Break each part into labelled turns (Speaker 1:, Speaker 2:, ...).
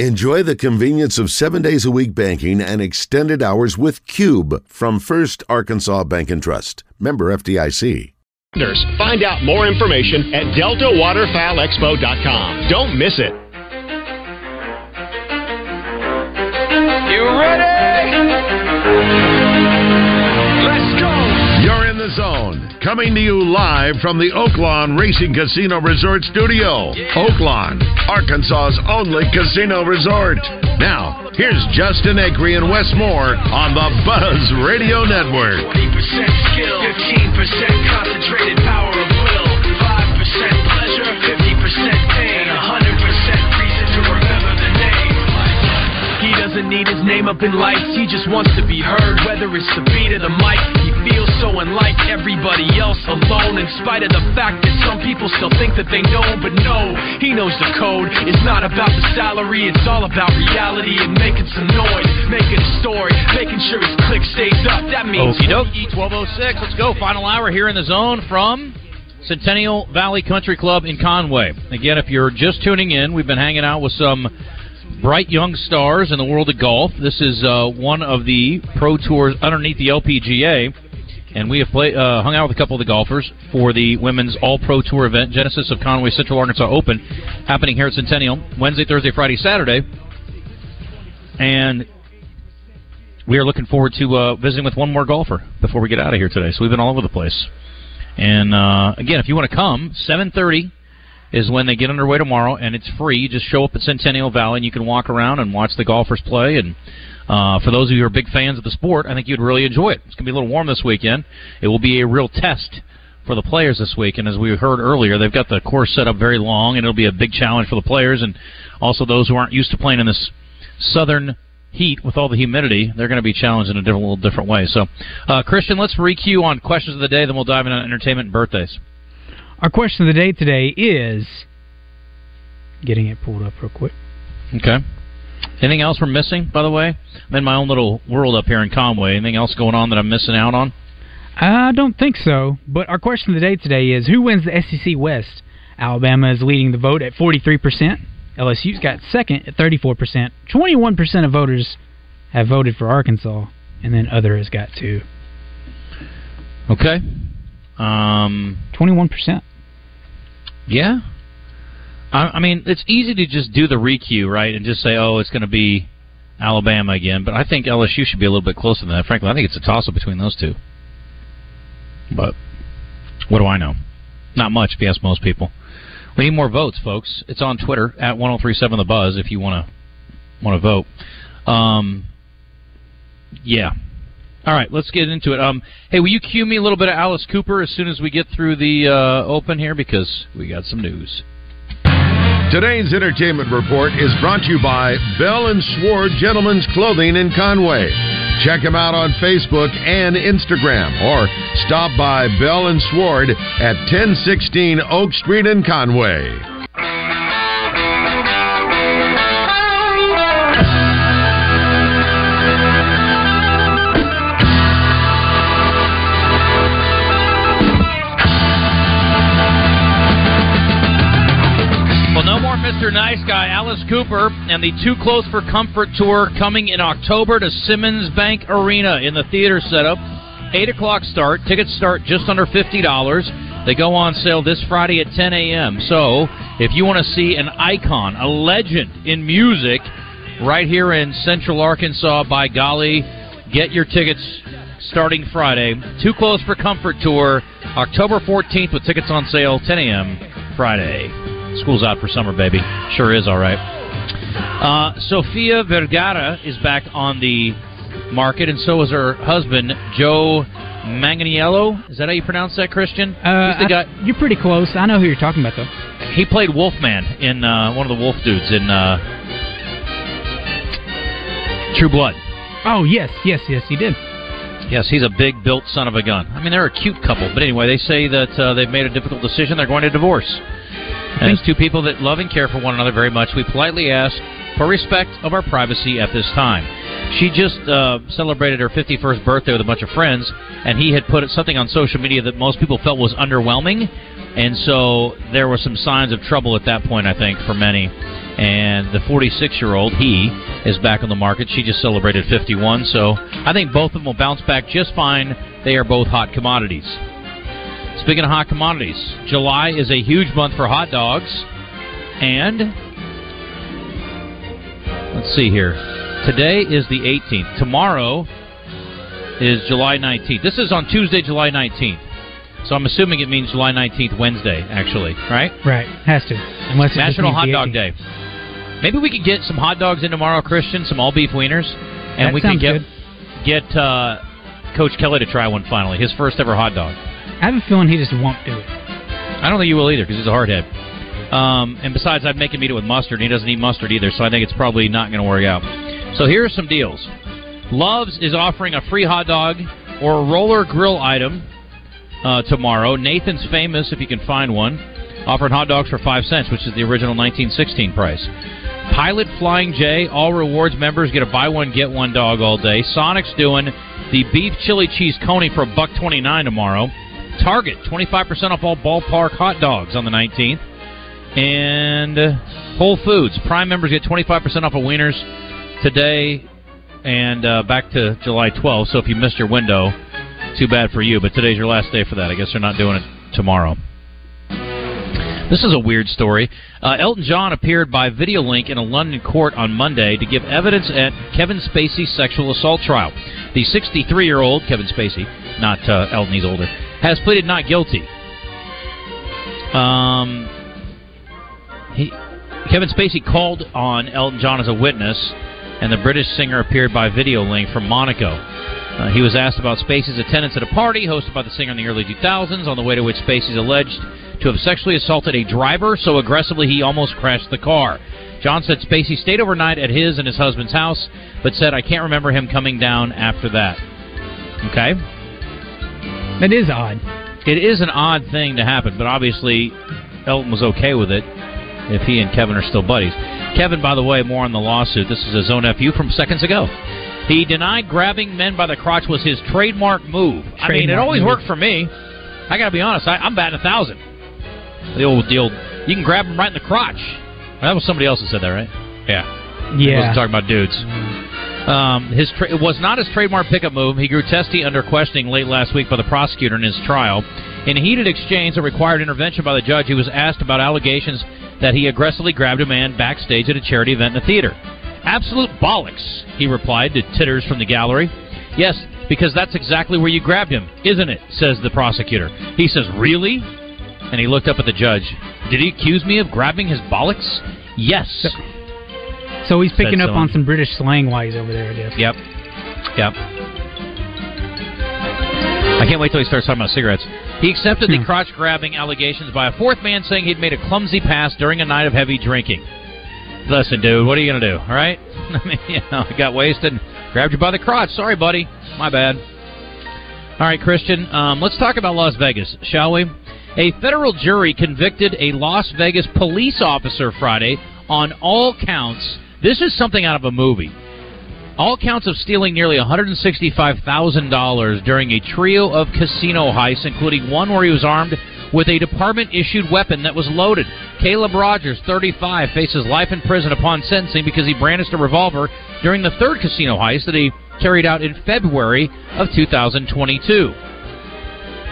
Speaker 1: Enjoy the convenience of seven days a week banking and extended hours with Cube from First Arkansas Bank and Trust. Member FDIC.
Speaker 2: Find out more information at deltawaterfowlexpo.com. Don't miss it.
Speaker 3: You ready? Let's go!
Speaker 4: You're in the zone. Coming to you live from the Oaklawn Racing Casino Resort Studio. Oaklawn, Arkansas's only casino resort. Now, here's Justin Acree and Wes Moore on the Buzz Radio Network.
Speaker 3: 20% skill, 15% concentrated power of will, 5% pleasure, 50% pain, and 100% reason to remember the name. He doesn't need his name up in lights, he just wants to be heard, whether it's the beat of the mic. He feels so unlike everybody else alone, in spite of the fact that some people still think that they know, him, but no, he knows the code. It's not about the salary, it's all about reality and making some noise, making a story, making sure his click stays up. That means
Speaker 5: Okie dokie, 1206. Let's go. Final hour here in the zone from Centennial Valley Country Club in Conway. Again, if you're just tuning in, we've been hanging out with some bright young stars in the world of golf. This is uh, one of the pro tours underneath the LPGA. And we have play, uh, hung out with a couple of the golfers for the women's All Pro Tour event, Genesis of Conway Central Arkansas Open, happening here at Centennial Wednesday, Thursday, Friday, Saturday. And we are looking forward to uh, visiting with one more golfer before we get out of here today. So we've been all over the place. And uh, again, if you want to come, 7:30 is when they get underway tomorrow, and it's free. You just show up at Centennial Valley, and you can walk around and watch the golfers play. And uh, for those of you who are big fans of the sport, I think you'd really enjoy it. It's going to be a little warm this weekend. It will be a real test for the players this week. And as we heard earlier, they've got the course set up very long, and it'll be a big challenge for the players and also those who aren't used to playing in this southern heat with all the humidity. They're going to be challenged in a different, little different way. So, uh, Christian, let's re-queue on questions of the day, then we'll dive into entertainment and birthdays.
Speaker 6: Our question of the day today is getting it pulled up real quick.
Speaker 5: Okay. Anything else we're missing, by the way? I'm in my own little world up here in Conway. Anything else going on that I'm missing out on?
Speaker 6: I don't think so, but our question of the day today is who wins the SEC West? Alabama is leading the vote at 43%. LSU's got second at 34%. 21% of voters have voted for Arkansas, and then other has got two.
Speaker 5: Okay. Um,
Speaker 6: 21%.
Speaker 5: Yeah. I, I mean, it's easy to just do the requeue, right, and just say, oh, it's going to be Alabama again. But I think LSU should be a little bit closer than that. Frankly, I think it's a toss-up between those two. But what do I know? Not much, if you ask most people. We need more votes, folks. It's on Twitter at 1037 The Buzz if you want to want to vote. Um, yeah. All right, let's get into it. Um, hey, will you cue me a little bit of Alice Cooper as soon as we get through the uh, open here because we got some news.
Speaker 4: Today's entertainment report is brought to you by Bell and Sword Gentlemen's Clothing in Conway. Check them out on Facebook and Instagram or stop by Bell and Sword at 1016 Oak Street in Conway.
Speaker 5: Well, no more Mr. Nice Guy. Alice Cooper and the Too Close for Comfort tour coming in October to Simmons Bank Arena in the theater setup. 8 o'clock start. Tickets start just under $50. They go on sale this Friday at 10 a.m. So if you want to see an icon, a legend in music, right here in Central Arkansas, by golly, get your tickets starting Friday. Too Close for Comfort tour, October 14th with tickets on sale 10 a.m. Friday. School's out for summer, baby. Sure is, all right. Uh, Sofia Vergara is back on the market, and so is her husband, Joe Manganiello. Is that how you pronounce that, Christian?
Speaker 6: Uh,
Speaker 5: He's the
Speaker 6: I- you're pretty close. I know who you're talking about, though.
Speaker 5: guy. He played Wolfman in uh, one of the Wolf dudes in uh, True Blood.
Speaker 6: Oh, yes, yes, yes, he did.
Speaker 5: Yes, he's a big built son of a gun. I mean, they're a cute couple, but anyway, they say that uh, they've made a difficult decision. They're going to divorce. And as two people that love and care for one another very much, we politely ask for respect of our privacy at this time. She just uh, celebrated her 51st birthday with a bunch of friends, and he had put something on social media that most people felt was underwhelming. And so there were some signs of trouble at that point, I think, for many. And the 46 year old, he, is back on the market. She just celebrated 51, so I think both of them will bounce back just fine. They are both hot commodities. Speaking of hot commodities, July is a huge month for hot dogs. And let's see here. Today is the 18th. Tomorrow is July 19th. This is on Tuesday, July 19th. So I'm assuming it means July 19th, Wednesday, actually, right?
Speaker 6: Right, has to. Unless it just
Speaker 5: National
Speaker 6: means
Speaker 5: Hot
Speaker 6: the
Speaker 5: Dog
Speaker 6: 18th.
Speaker 5: Day. Maybe we could get some hot dogs in tomorrow, Christian, some all beef wieners, and
Speaker 6: That
Speaker 5: we can
Speaker 6: sounds
Speaker 5: get
Speaker 6: good.
Speaker 5: get uh, Coach Kelly to try one finally, his first ever hot dog.
Speaker 6: I have a feeling he just won't do it.
Speaker 5: I don't think you will either because he's a hardhead. Um, and besides, I'd make him eat it with mustard, and he doesn't eat mustard either, so I think it's probably not going to work out. So here are some deals. Love's is offering a free hot dog or a roller grill item uh, tomorrow. Nathan's Famous, if you can find one, offering hot dogs for five cents, which is the original 1916 price. Pilot Flying J, all rewards members get a buy one get one dog all day. Sonic's doing the beef chili cheese coney for a buck twenty nine tomorrow. Target 25% off all ballpark hot dogs on the 19th. And uh, Whole Foods, Prime members get 25% off of wieners today and uh, back to July 12th. So if you missed your window, too bad for you. But today's your last day for that. I guess they're not doing it tomorrow. This is a weird story. Uh, Elton John appeared by video link in a London court on Monday to give evidence at Kevin Spacey's sexual assault trial. The 63 year old, Kevin Spacey, not uh, Elton, he's older, has pleaded not guilty. Um, he, Kevin Spacey called on Elton John as a witness, and the British singer appeared by video link from Monaco. Uh, he was asked about Spacey's attendance at a party hosted by the singer in the early 2000s, on the way to which Spacey's alleged to have sexually assaulted a driver so aggressively he almost crashed the car. John said Spacey stayed overnight at his and his husband's house, but said, I can't remember him coming down after that. Okay?
Speaker 6: That is odd.
Speaker 5: It is an odd thing to happen, but obviously Elton was okay with it if he and Kevin are still buddies. Kevin, by the way, more on the lawsuit. This is his own FU from seconds ago. He denied grabbing men by the crotch was his trademark move. I mean, it
Speaker 6: Trademark
Speaker 5: always
Speaker 6: move.
Speaker 5: worked for me. I gotta be honest. I, I'm batting a thousand. The old deal. You can grab them right in the crotch. That was somebody else that said that, right? Yeah. He wasn't
Speaker 6: Yeah.
Speaker 5: talking about dudes. Um, his tra- it was not his trademark pickup move. He grew testy under questioning late last week by the prosecutor in his trial. In a heated exchange that required intervention by the judge, he was asked about allegations that he aggressively grabbed a man backstage at a charity event in the theater. Absolute bollocks, he replied to titters from the gallery. Yes, because that's exactly where you grabbed him, isn't it? says the prosecutor. He says, Really? And he looked up at the judge. Did he accuse me of grabbing his bollocks? Yes.
Speaker 6: So he's picking
Speaker 5: Said
Speaker 6: up on
Speaker 5: someone.
Speaker 6: some British slang while he's over there, I guess.
Speaker 5: Yep. Yep. I can't wait till he starts talking about cigarettes. He accepted the
Speaker 6: Hmm.
Speaker 5: crotch grabbing allegations by a fourth man saying he'd made a clumsy pass during a night of heavy drinking. Listen, dude, what are you going to do? All right? I mean, you know, I got wasted, grabbed you by the crotch. Sorry, buddy. My bad. All right, Christian, um, let's talk about Las Vegas, shall we? A federal jury convicted a Las Vegas police officer Friday on all counts. This is something out of a movie. All counts of stealing nearly $165,000 during a trio of casino heists, including one where he was armed with a department issued weapon that was loaded. Caleb Rogers, 35, faces life in prison upon sentencing because he brandished a revolver during the third casino heist that he carried out in February of 2022.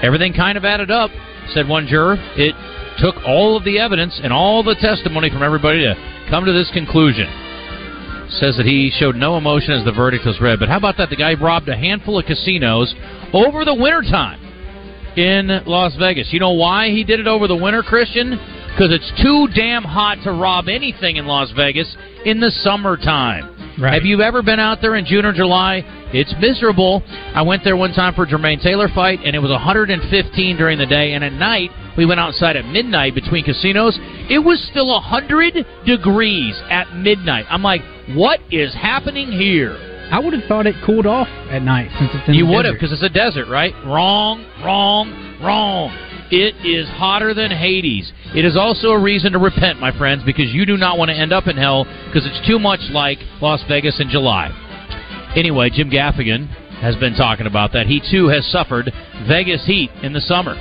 Speaker 5: Everything kind of added up, said one juror. It took all of the evidence and all the testimony from everybody to come to this conclusion says that he showed no emotion as the verdict was read. But how about that? The guy robbed a handful of casinos over the wintertime in Las Vegas. You know why he did it over the winter, Christian? Because it's too damn hot to rob anything in Las Vegas in the summertime.
Speaker 6: Right.
Speaker 5: Have you ever been out there in June or July? It's miserable. I went there one time for a Jermaine Taylor fight, and it was 115 during the day. And at night, we went outside at midnight between casinos. It was still 100 degrees at midnight. I'm like, what is happening here?
Speaker 6: I would have thought it cooled off at night since it's in
Speaker 5: you
Speaker 6: the
Speaker 5: would have,
Speaker 6: desert.
Speaker 5: because it's a desert, right? Wrong, wrong, wrong. It is hotter than Hades. It is also a reason to repent, my friends, because you do not want to end up in hell because it's too much like Las Vegas in July. Anyway, Jim Gaffigan has been talking about that. He too has suffered Vegas heat in the summer.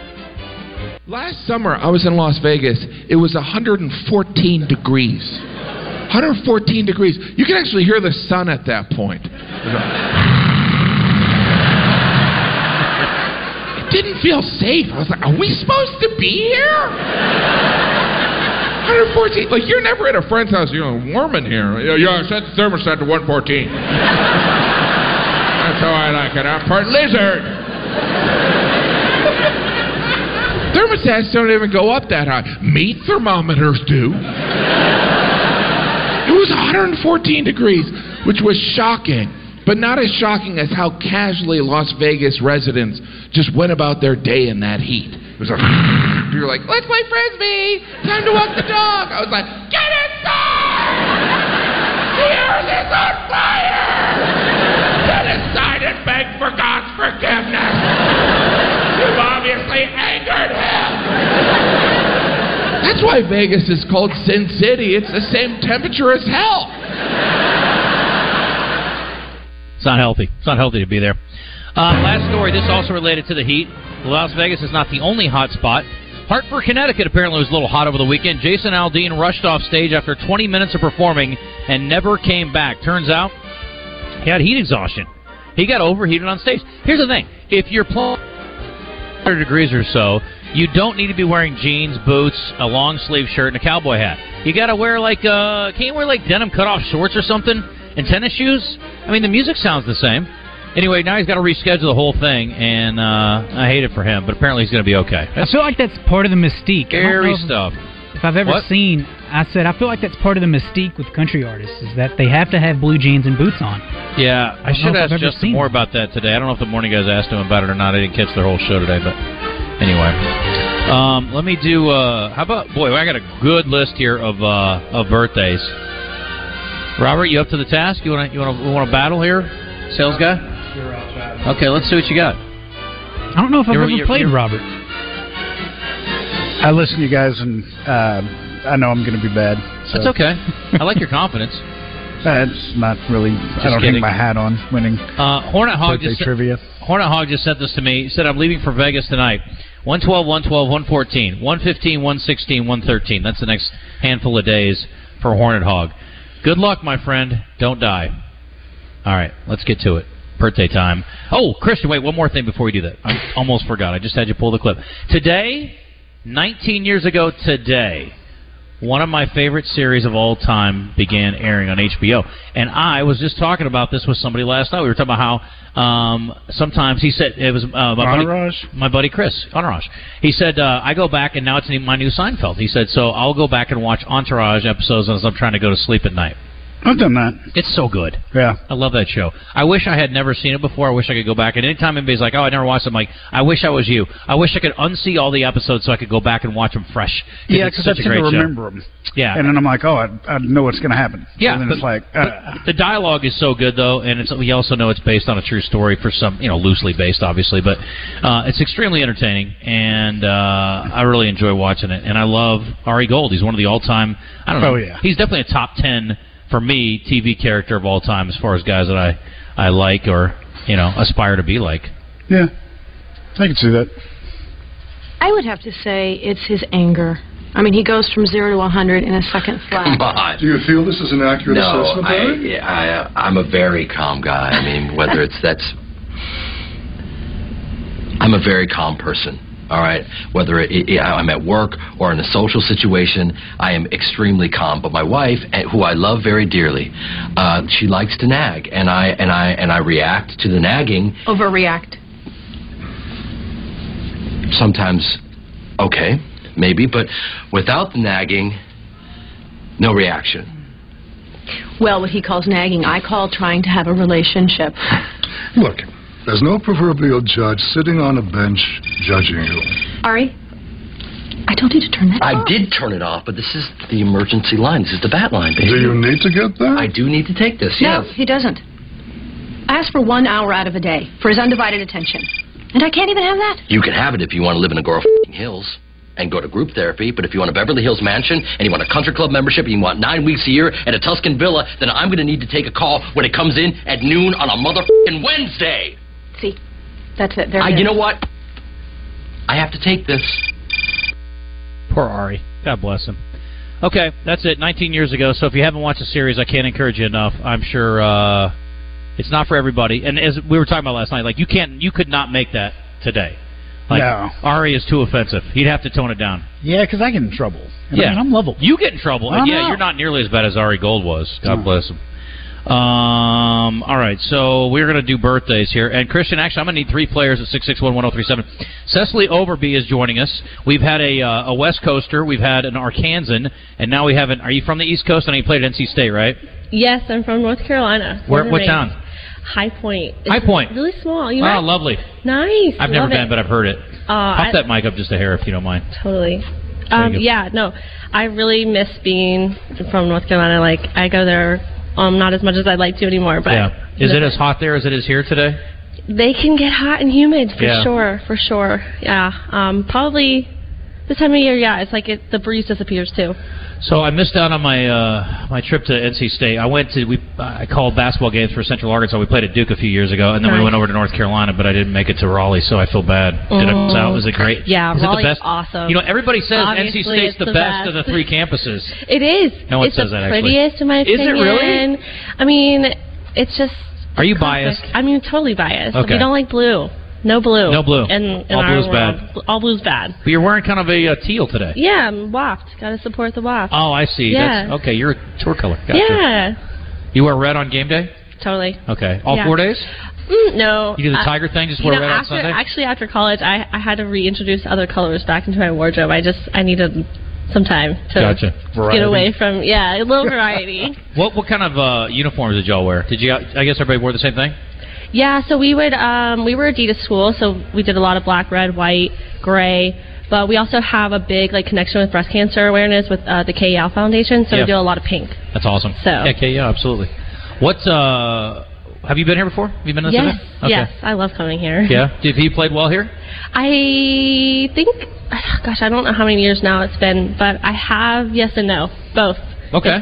Speaker 7: Last summer, I was in Las Vegas. It was 114 degrees. 114 degrees. You can actually hear the sun at that point. It didn't feel safe. I was like, are we supposed to be here? 114. Like, you're never at a friend's house. You're like, warm in here. Yeah, yeah, set the thermostat to 114. That's how I like it. I'm part lizard. Thermostats don't even go up that high. Meat thermometers do. It was 114 degrees, which was shocking, but not as shocking as how casually Las Vegas residents just went about their day in that heat. It was like, you're like, let's play frisbee. Time to walk the dog. I was like, get inside. The earth is on fire. Get inside and beg for God's forgiveness. You've obviously angered him. That's why Vegas is called Sin City. It's the same temperature as hell.
Speaker 5: It's not healthy. It's not healthy to be there. Uh, last story. This also related to the heat. Las Vegas is not the only hot spot. Hartford, Connecticut apparently was a little hot over the weekend. Jason Aldean rushed off stage after 20 minutes of performing and never came back. Turns out he had heat exhaustion. He got overheated on stage. Here's the thing: if you're playing 100 degrees or so, you don't need to be wearing jeans, boots, a long sleeve shirt, and a cowboy hat. You got to wear like uh, can't you wear like denim cut off shorts or something and tennis shoes. I mean, the music sounds the same. Anyway, now he's got to reschedule the whole thing, and uh, I hate it for him, but apparently he's going to be okay.
Speaker 6: I feel like that's part of the mystique. I don't know
Speaker 5: Scary
Speaker 6: if-
Speaker 5: stuff.
Speaker 6: If I've ever
Speaker 5: What?
Speaker 6: seen, I said I feel like that's part of the mystique with country artists is that they have to have blue jeans and boots on.
Speaker 5: Yeah, I,
Speaker 6: don't
Speaker 5: should
Speaker 6: know if
Speaker 5: ask
Speaker 6: I've ever
Speaker 5: Justin
Speaker 6: seen
Speaker 5: more about that today. I don't know if the morning guys asked him about it or not. I didn't catch their whole show today, but anyway. Um, let me do. Uh, how about boy? I got a good list here of uh, of birthdays. Robert, you up to the task? You want to you want to want to battle here, sales guy? Okay, let's see what you got.
Speaker 6: I don't know if I've
Speaker 5: You're-
Speaker 6: ever
Speaker 5: you're-
Speaker 6: played
Speaker 5: you're-
Speaker 6: Robert.
Speaker 8: I listen to you guys, and uh, I know I'm going to be bad. So
Speaker 5: That's okay. I like your confidence.
Speaker 8: That's not really. I don't
Speaker 5: kidding.
Speaker 8: hang my hat on winning
Speaker 5: Uh, Hornet Hog
Speaker 8: birthday
Speaker 5: just
Speaker 8: trivia.
Speaker 5: Hornet Hog just sent this to me. He said, I'm leaving for Vegas tonight. 112, 112, 114, 115, 116, 113. That's the next handful of days for Hornet Hog. Good luck, my friend. Don't die. All right, let's get to it. Birthday time. Oh, Christian, wait, one more thing before we do that. I almost forgot. I just had you pull the clip. Today, 19 years ago today, one of my favorite series of all time began airing on HBO. And I was just talking about this with somebody last night. We were talking about how um, sometimes he said it was uh, my buddy,
Speaker 8: Entourage?
Speaker 5: my buddy Chris Entourage. He said uh, I go back and now it's my new Seinfeld. He said so I'll go back and watch Entourage episodes as I'm trying to go to sleep at night.
Speaker 8: I've done that.
Speaker 5: It's so good.
Speaker 8: Yeah.
Speaker 5: I love that show. I wish I had never seen it before. I wish I could go back. And anytime anybody's like, "Oh, I never watched it," I'm like, "I wish I was you. I wish I could unsee all the episodes so I could go back and watch them fresh."
Speaker 8: Yeah,
Speaker 5: it's
Speaker 8: because I
Speaker 5: such a
Speaker 8: tend
Speaker 5: great
Speaker 8: to
Speaker 5: show.
Speaker 8: remember them.
Speaker 5: Yeah,
Speaker 8: And then I'm like, oh, I, I know what's going to happen.
Speaker 5: Yeah,
Speaker 8: And then
Speaker 5: but-
Speaker 8: it's like,
Speaker 5: But
Speaker 8: uh,
Speaker 5: the dialogue is so good, though, and it's, we also know it's based on a true story for some, you know, loosely based, obviously, but uh, it's extremely entertaining, and uh, I really enjoy watching it. And I love Ari Gold. He's one of the all-time. I don't know.
Speaker 8: Oh, yeah.
Speaker 5: He's definitely a top ten for me TV character of all time, as far as guys that I I like or you know aspire to be like.
Speaker 8: yeah. I can see that.
Speaker 9: I would have to say it's his anger. I mean, he goes from zero to 100 in a second flat.
Speaker 10: But
Speaker 11: Do you feel this is an accurate
Speaker 10: no,
Speaker 11: assessment?
Speaker 10: I,
Speaker 11: Larry?
Speaker 10: I, uh, I'm a very calm guy. I mean, whether it's that's, I'm a very calm person. All right, whether it, it, I'm at work or in a social situation, I am extremely calm. But my wife, eh, who I love very dearly, uh, she likes to nag, and I and I and I react to the nagging
Speaker 9: Overreact.
Speaker 10: sometimes. Okay, maybe, but without the nagging, no reaction.
Speaker 9: Well, what he calls nagging, I call trying to have a relationship.
Speaker 11: Look, there's no proverbial judge sitting on a bench judging you.
Speaker 9: Ari, I told you to turn that
Speaker 10: I
Speaker 9: off.
Speaker 10: did turn it off, but this is the emergency line. This is the bat line, baby.
Speaker 11: Do you need to get that?
Speaker 10: I do need to take this,
Speaker 9: No,
Speaker 10: yes.
Speaker 9: he doesn't. I ask for one hour out of a day for his undivided attention. And I can't even have that.
Speaker 10: You can have it if you want to live in Agora f***ing Hills and go to group therapy, but if you want a Beverly Hills mansion and you want a country club membership and you want nine weeks a year at a Tuscan villa, then I'm going to need to take a call when it comes in at noon on a motherfucking Wednesday.
Speaker 9: See, that's it. There
Speaker 10: I,
Speaker 9: it is.
Speaker 10: you know what? I have to take this.
Speaker 6: Poor Ari.
Speaker 5: God bless him. Okay, that's it. 19 years ago. So if you haven't watched the series, I can't encourage you enough. I'm sure uh, it's not for everybody. And as we were talking about last night, like you can't, you could not make that today. Like
Speaker 6: No.
Speaker 5: Ari is too offensive. He'd have to tone it down.
Speaker 6: Yeah, because I get in trouble.
Speaker 5: Yeah.
Speaker 6: I'm level.
Speaker 5: You get in trouble.
Speaker 6: I'm
Speaker 5: yeah,
Speaker 6: out. Mm.
Speaker 5: you're not nearly as bad as Ari Gold was. God bless him. Um, all right, so we're going to do birthdays here. And Christian, actually, I'm going to need three players at 661 oh Cecily Overby is joining us. We've had a, uh, a West Coaster, we've had an Arkansan, and now we have an. Are you from the East Coast? I know you played at NC State, right?
Speaker 12: Yes, I'm from North Carolina.
Speaker 5: Where-
Speaker 12: Born and
Speaker 5: what
Speaker 12: raised.
Speaker 5: town?
Speaker 12: High Point.
Speaker 5: High Point.
Speaker 12: Really small. You
Speaker 5: oh,
Speaker 12: know.
Speaker 5: lovely.
Speaker 12: Nice.
Speaker 5: I've never
Speaker 12: Love
Speaker 5: been,
Speaker 12: it.
Speaker 5: but I've heard it.
Speaker 12: Uh,
Speaker 5: Pop
Speaker 12: I-
Speaker 5: that mic up just a hair if you don't mind.
Speaker 12: Totally.
Speaker 5: you
Speaker 12: Um,
Speaker 5: go.
Speaker 12: yeah, no, I really miss being from North Carolina. Like, I go there um, not as much as I'd like to anymore, but
Speaker 5: yeah. Is it as hot there as it is here today?
Speaker 12: they can get hot and humid for
Speaker 5: Yeah.
Speaker 12: sure, for sure. Yeah, um, probably this time of year. Yeah, it's like it, the breeze disappears too.
Speaker 5: So I missed out on my uh, my trip to NC State. I went to we I called basketball games for Central Arkansas. We played at Duke a few years ago, and then we
Speaker 12: Nice.
Speaker 5: went over to North Carolina, but I didn't make it to Raleigh, so I feel bad. Did I miss
Speaker 12: Mm.
Speaker 5: out? Was it great?
Speaker 12: Yeah,
Speaker 5: Is
Speaker 12: Raleigh's
Speaker 5: it the best?
Speaker 12: awesome.
Speaker 5: You know, everybody says
Speaker 12: Obviously,
Speaker 5: NC State's
Speaker 12: it's
Speaker 5: the,
Speaker 12: the
Speaker 5: best, of the
Speaker 12: best.
Speaker 5: three campuses.
Speaker 12: It is.
Speaker 5: No one
Speaker 12: it's
Speaker 5: says
Speaker 12: the
Speaker 5: that, actually.
Speaker 12: prettiest in my
Speaker 5: Is it
Speaker 12: opinion.
Speaker 5: really?
Speaker 12: I mean, it's just.
Speaker 5: Are you
Speaker 12: classic.
Speaker 5: biased?
Speaker 12: I mean, totally biased.
Speaker 5: Okay.
Speaker 12: We don't like blue. No blue.
Speaker 5: No blue.
Speaker 12: In, in
Speaker 5: All
Speaker 12: our
Speaker 5: blue's
Speaker 12: world. All blue's bad.
Speaker 5: But you're wearing kind of a uh, teal today.
Speaker 12: Yeah, I'm WAFT. Got to support the WAFT.
Speaker 5: Oh, I see.
Speaker 12: Yeah.
Speaker 5: That's okay. You're a tour color. Gotcha.
Speaker 12: Yeah,
Speaker 5: You wear red on game day.
Speaker 12: totally.
Speaker 5: Okay. All
Speaker 12: Yeah.
Speaker 5: four days.
Speaker 12: Mm, no.
Speaker 5: You do the
Speaker 12: I-
Speaker 5: tiger thing, just
Speaker 12: you
Speaker 5: wear
Speaker 12: know,
Speaker 5: red on
Speaker 12: after,
Speaker 5: Sunday?
Speaker 12: Actually, after college, I, I had to reintroduce other colors back into my wardrobe. I just I needed some time to
Speaker 5: Gotcha.
Speaker 12: get
Speaker 5: Variety.
Speaker 12: away from yeah a little variety.
Speaker 5: What what kind of uh, uniforms did y'all wear? Did you? I guess everybody wore the same thing.
Speaker 12: Yeah, so we would um, we were Adidas school, so we did a lot of black, red, white, gray. But we also have a big like connection with breast cancer awareness with uh, the KEL Foundation, so
Speaker 5: Yeah.
Speaker 12: we do a lot of pink.
Speaker 5: That's awesome.
Speaker 12: So-
Speaker 5: yeah, okay, yeah, absolutely. What uh, have you been here before? Have you been to this
Speaker 12: yes,
Speaker 5: event? Okay.
Speaker 12: yes, I love coming here.
Speaker 5: Yeah. Did he played well here?
Speaker 12: I think, gosh, I don't know how many years now it's been, but I have yes and no, both.
Speaker 5: Okay.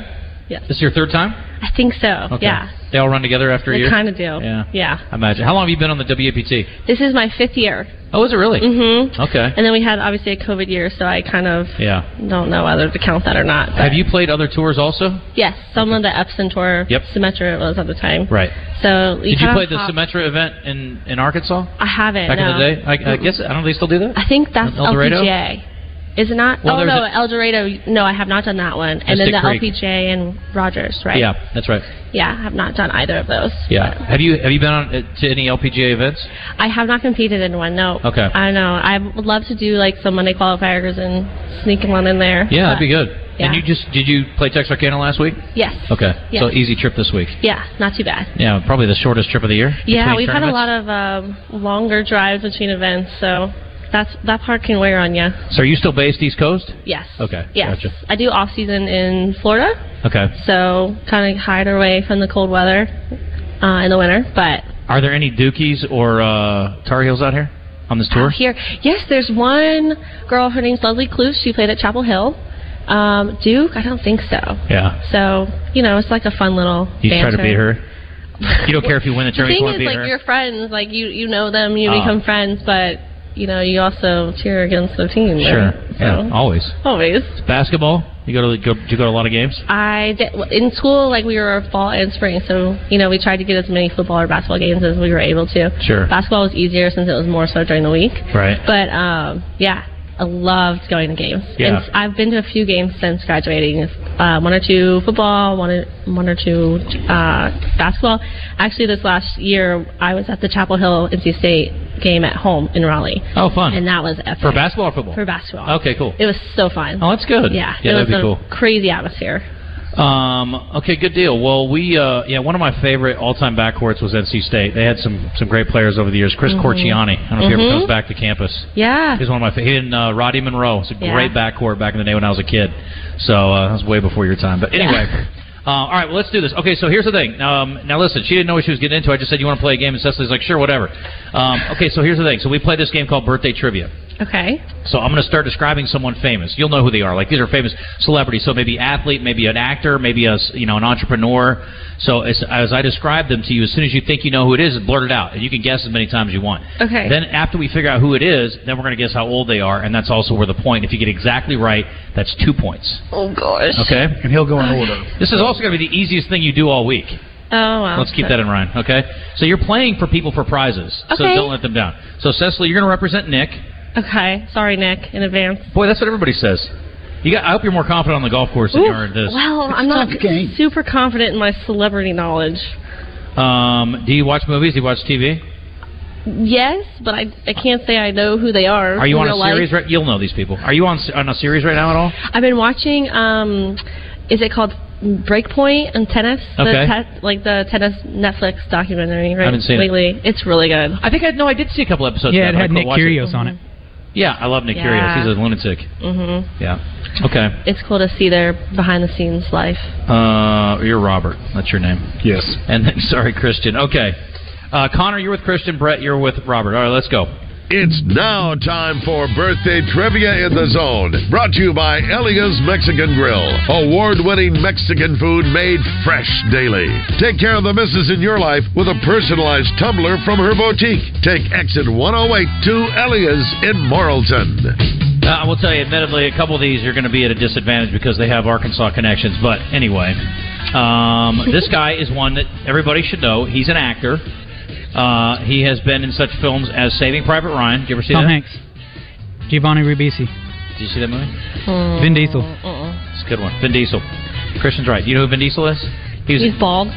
Speaker 12: Yes.
Speaker 5: This is your third time?
Speaker 12: I think so.
Speaker 5: Okay.
Speaker 12: Yeah,
Speaker 5: They all run together after a
Speaker 12: they
Speaker 5: year.
Speaker 12: kind of do.
Speaker 5: Yeah. I imagine. How long have you been on the WAPT?
Speaker 12: This is my fifth year.
Speaker 5: Oh, is it really?
Speaker 12: Mm-hmm.
Speaker 5: Okay.
Speaker 12: And then we had obviously a COVID year, so I kind of
Speaker 5: Yeah.
Speaker 12: don't know whether to count that or not.
Speaker 5: Have you played other tours also?
Speaker 12: Yes, some of the Epson tour
Speaker 5: Yep.
Speaker 12: Symmetra it was at the time.
Speaker 5: Right.
Speaker 12: So
Speaker 5: Did you
Speaker 12: kinda
Speaker 5: play the
Speaker 12: hop-
Speaker 5: Symmetra event in, in Arkansas
Speaker 12: Uh, I haven't.
Speaker 5: back
Speaker 12: no.
Speaker 5: in the day? I, I guess I don't know. They still do that.
Speaker 12: I think that's
Speaker 5: El Dorado?
Speaker 12: LPGA. Is it not?
Speaker 5: Well,
Speaker 12: oh
Speaker 5: there's
Speaker 12: no,
Speaker 5: a-
Speaker 12: El Dorado. No, I have not done that one. And then
Speaker 5: Mystic
Speaker 12: the
Speaker 5: Creek.
Speaker 12: LPGA and Rogers, right?
Speaker 5: Yeah, that's right.
Speaker 12: Yeah, I have not done either of those.
Speaker 5: Yeah. Have you have you been on uh, to any LPGA events?
Speaker 12: I have not competed in one. No.
Speaker 5: Okay.
Speaker 12: I know. I would love to do like some Monday qualifiers and sneak one in there.
Speaker 5: Yeah, that'd
Speaker 12: but-
Speaker 5: be good.
Speaker 12: yeah.
Speaker 5: And you just did you play Texarkana last week?
Speaker 12: Yes.
Speaker 5: Okay.
Speaker 12: Yes.
Speaker 5: So easy trip this week.
Speaker 12: Yeah, not too bad.
Speaker 5: Yeah, probably the shortest trip of the year.
Speaker 12: Yeah,
Speaker 5: between
Speaker 12: we've had a
Speaker 5: tournaments.
Speaker 12: lot of um, longer drives between events, so that's that part can wear on you.
Speaker 5: So are you still based East Coast?
Speaker 12: Yes.
Speaker 5: Okay.
Speaker 12: Yes.
Speaker 5: Gotcha.
Speaker 12: I do off season in Florida,
Speaker 5: Okay.
Speaker 12: so kind of hide away from the cold weather uh, in the winter. But
Speaker 5: Are there any Dookies or uh, Tar Heels out here on this tour?
Speaker 12: here, yes, there's one girl. Her name's Leslie Kloof. She played at Chapel Hill. Um, Duke, I don't think so.
Speaker 5: Yeah.
Speaker 12: So you know, it's like a fun little.
Speaker 5: You
Speaker 12: banter.
Speaker 5: try to beat her. You don't care if you win the
Speaker 12: The
Speaker 5: tournament. you
Speaker 12: thing is,
Speaker 5: want to beat
Speaker 12: like
Speaker 5: her.
Speaker 12: you're friends, like you you know them, you
Speaker 5: Ah.
Speaker 12: become friends, but you know you also cheer against their team.
Speaker 5: Sure.
Speaker 12: right?
Speaker 5: Yeah.
Speaker 12: So-
Speaker 5: Always.
Speaker 12: Always.
Speaker 5: Basketball. You go to the, go, do you go to a lot of games?
Speaker 12: I did, in school like we were fall and spring, so you know we tried to get as many football or basketball games as we were able to.
Speaker 5: Sure.
Speaker 12: Basketball was easier since it was more so during the week.
Speaker 5: Right.
Speaker 12: But um, yeah, I loved going to games.
Speaker 5: Yeah.
Speaker 12: And I've been to a few games since graduating. Uh, one or two football, one or, one or two uh, basketball. Actually, this last year I was at the Chapel Hill NC State game at home in Raleigh.
Speaker 5: Oh, fun.
Speaker 12: And that was epic.
Speaker 5: For basketball or football?
Speaker 12: For basketball.
Speaker 5: Okay, cool.
Speaker 12: It was so fun.
Speaker 5: Oh, that's good.
Speaker 12: Yeah.
Speaker 5: Yeah,
Speaker 12: it
Speaker 5: that'd
Speaker 12: was
Speaker 5: be
Speaker 12: a
Speaker 5: cool.
Speaker 12: Crazy atmosphere.
Speaker 5: Um, okay, good deal. Well, we uh, yeah, one of my favorite all-time backcourts was NC State. They had some some great players over the years. Chris
Speaker 12: Mhm.
Speaker 5: Corciani. I don't know if he ever
Speaker 12: Mhm.
Speaker 5: comes back to campus.
Speaker 12: Yeah.
Speaker 5: He's one of my fa- he and uh, Roddy Monroe. It's a
Speaker 12: Yeah.
Speaker 5: great backcourt back in the day when I was a kid. So uh, that was way before your time. But anyway. Uh, all right, well, let's do this. Okay, so here's the thing. Um, now, listen, she didn't know what she was getting into. I just said, you want to play a game? And Cecily's like, sure, whatever. Um, okay, so here's the thing. So we play this game called Birthday Trivia.
Speaker 12: Okay.
Speaker 5: So I'm going to start describing someone famous. You'll know who they are. Like these are famous celebrities. So maybe athlete, maybe an actor, maybe a s- you know an entrepreneur. So as, as I describe them to you, as soon as you think you know who it is, blurt it out, and you can guess as many times as you want.
Speaker 12: Okay.
Speaker 5: Then after we figure out who it is, then we're going to guess how old they are, and that's also where the point. If you get exactly right, that's two points.
Speaker 12: Oh gosh.
Speaker 5: Okay.
Speaker 8: And he'll go in order.
Speaker 5: This is also going to be the easiest thing you do all week.
Speaker 12: Oh wow.
Speaker 5: Let's keep that in mind, okay? So you're playing for people for prizes, so
Speaker 12: Okay.
Speaker 5: don't let them down. So Cecily, you're going to represent Nick.
Speaker 12: Okay. Sorry, Nick, in advance.
Speaker 5: Boy, that's what everybody says. You got, I hope you're more confident on the golf course than you are in this.
Speaker 12: Well, I'm not super confident in my celebrity knowledge.
Speaker 5: Um, do you watch movies? Do you watch TV?
Speaker 12: Yes, but I, I can't say I know who they are.
Speaker 5: Are you
Speaker 12: in
Speaker 5: on a
Speaker 12: real life.
Speaker 5: series? Right, you'll know these people. Are you on s- on a series right now at all?
Speaker 12: I've been watching. Um, is it called Breakpoint on tennis?
Speaker 5: Okay.
Speaker 12: The te- like the tennis Netflix documentary, right?
Speaker 5: Haven't seen it.
Speaker 12: lately. It's really good.
Speaker 5: I think I no, I did see a couple episodes.
Speaker 6: Yeah,
Speaker 5: of
Speaker 6: it
Speaker 5: that, but I
Speaker 6: had
Speaker 5: couldn't
Speaker 6: Nick
Speaker 5: watch it.
Speaker 6: Curios on it.
Speaker 5: Yeah, I love Nick
Speaker 12: Yeah.
Speaker 5: Curios. He's a lunatic.
Speaker 12: hmm
Speaker 5: Yeah. Okay.
Speaker 12: It's cool to see their behind the scenes life.
Speaker 5: Uh, you're Robert. That's your name. Yes. And then, sorry, Christian. Okay. Uh, Connor, you're with Christian. Brett, you're with Robert. All right, let's go.
Speaker 4: It's now time for birthday trivia in the zone. Brought to you by Elia's Mexican Grill, award winning Mexican food made fresh daily. Take care of the misses in your life with a personalized tumbler from her boutique. Take exit 108 to Elia's in Morrilton.
Speaker 5: Uh, I will tell you, admittedly, a couple of these are going to be at a disadvantage because they have Arkansas connections. But anyway, um, this guy is one that everybody should know. He's an actor. Uh, he has been in such films as Saving Private Ryan. Did you ever see
Speaker 6: Tom
Speaker 5: that?
Speaker 6: Hanks, Giovanni Ribisi,
Speaker 5: Did you see that movie?
Speaker 6: Vin Diesel.
Speaker 5: It's a good one. Vin Diesel. Christian's right. You know who Vin Diesel is? He was
Speaker 12: He's bald.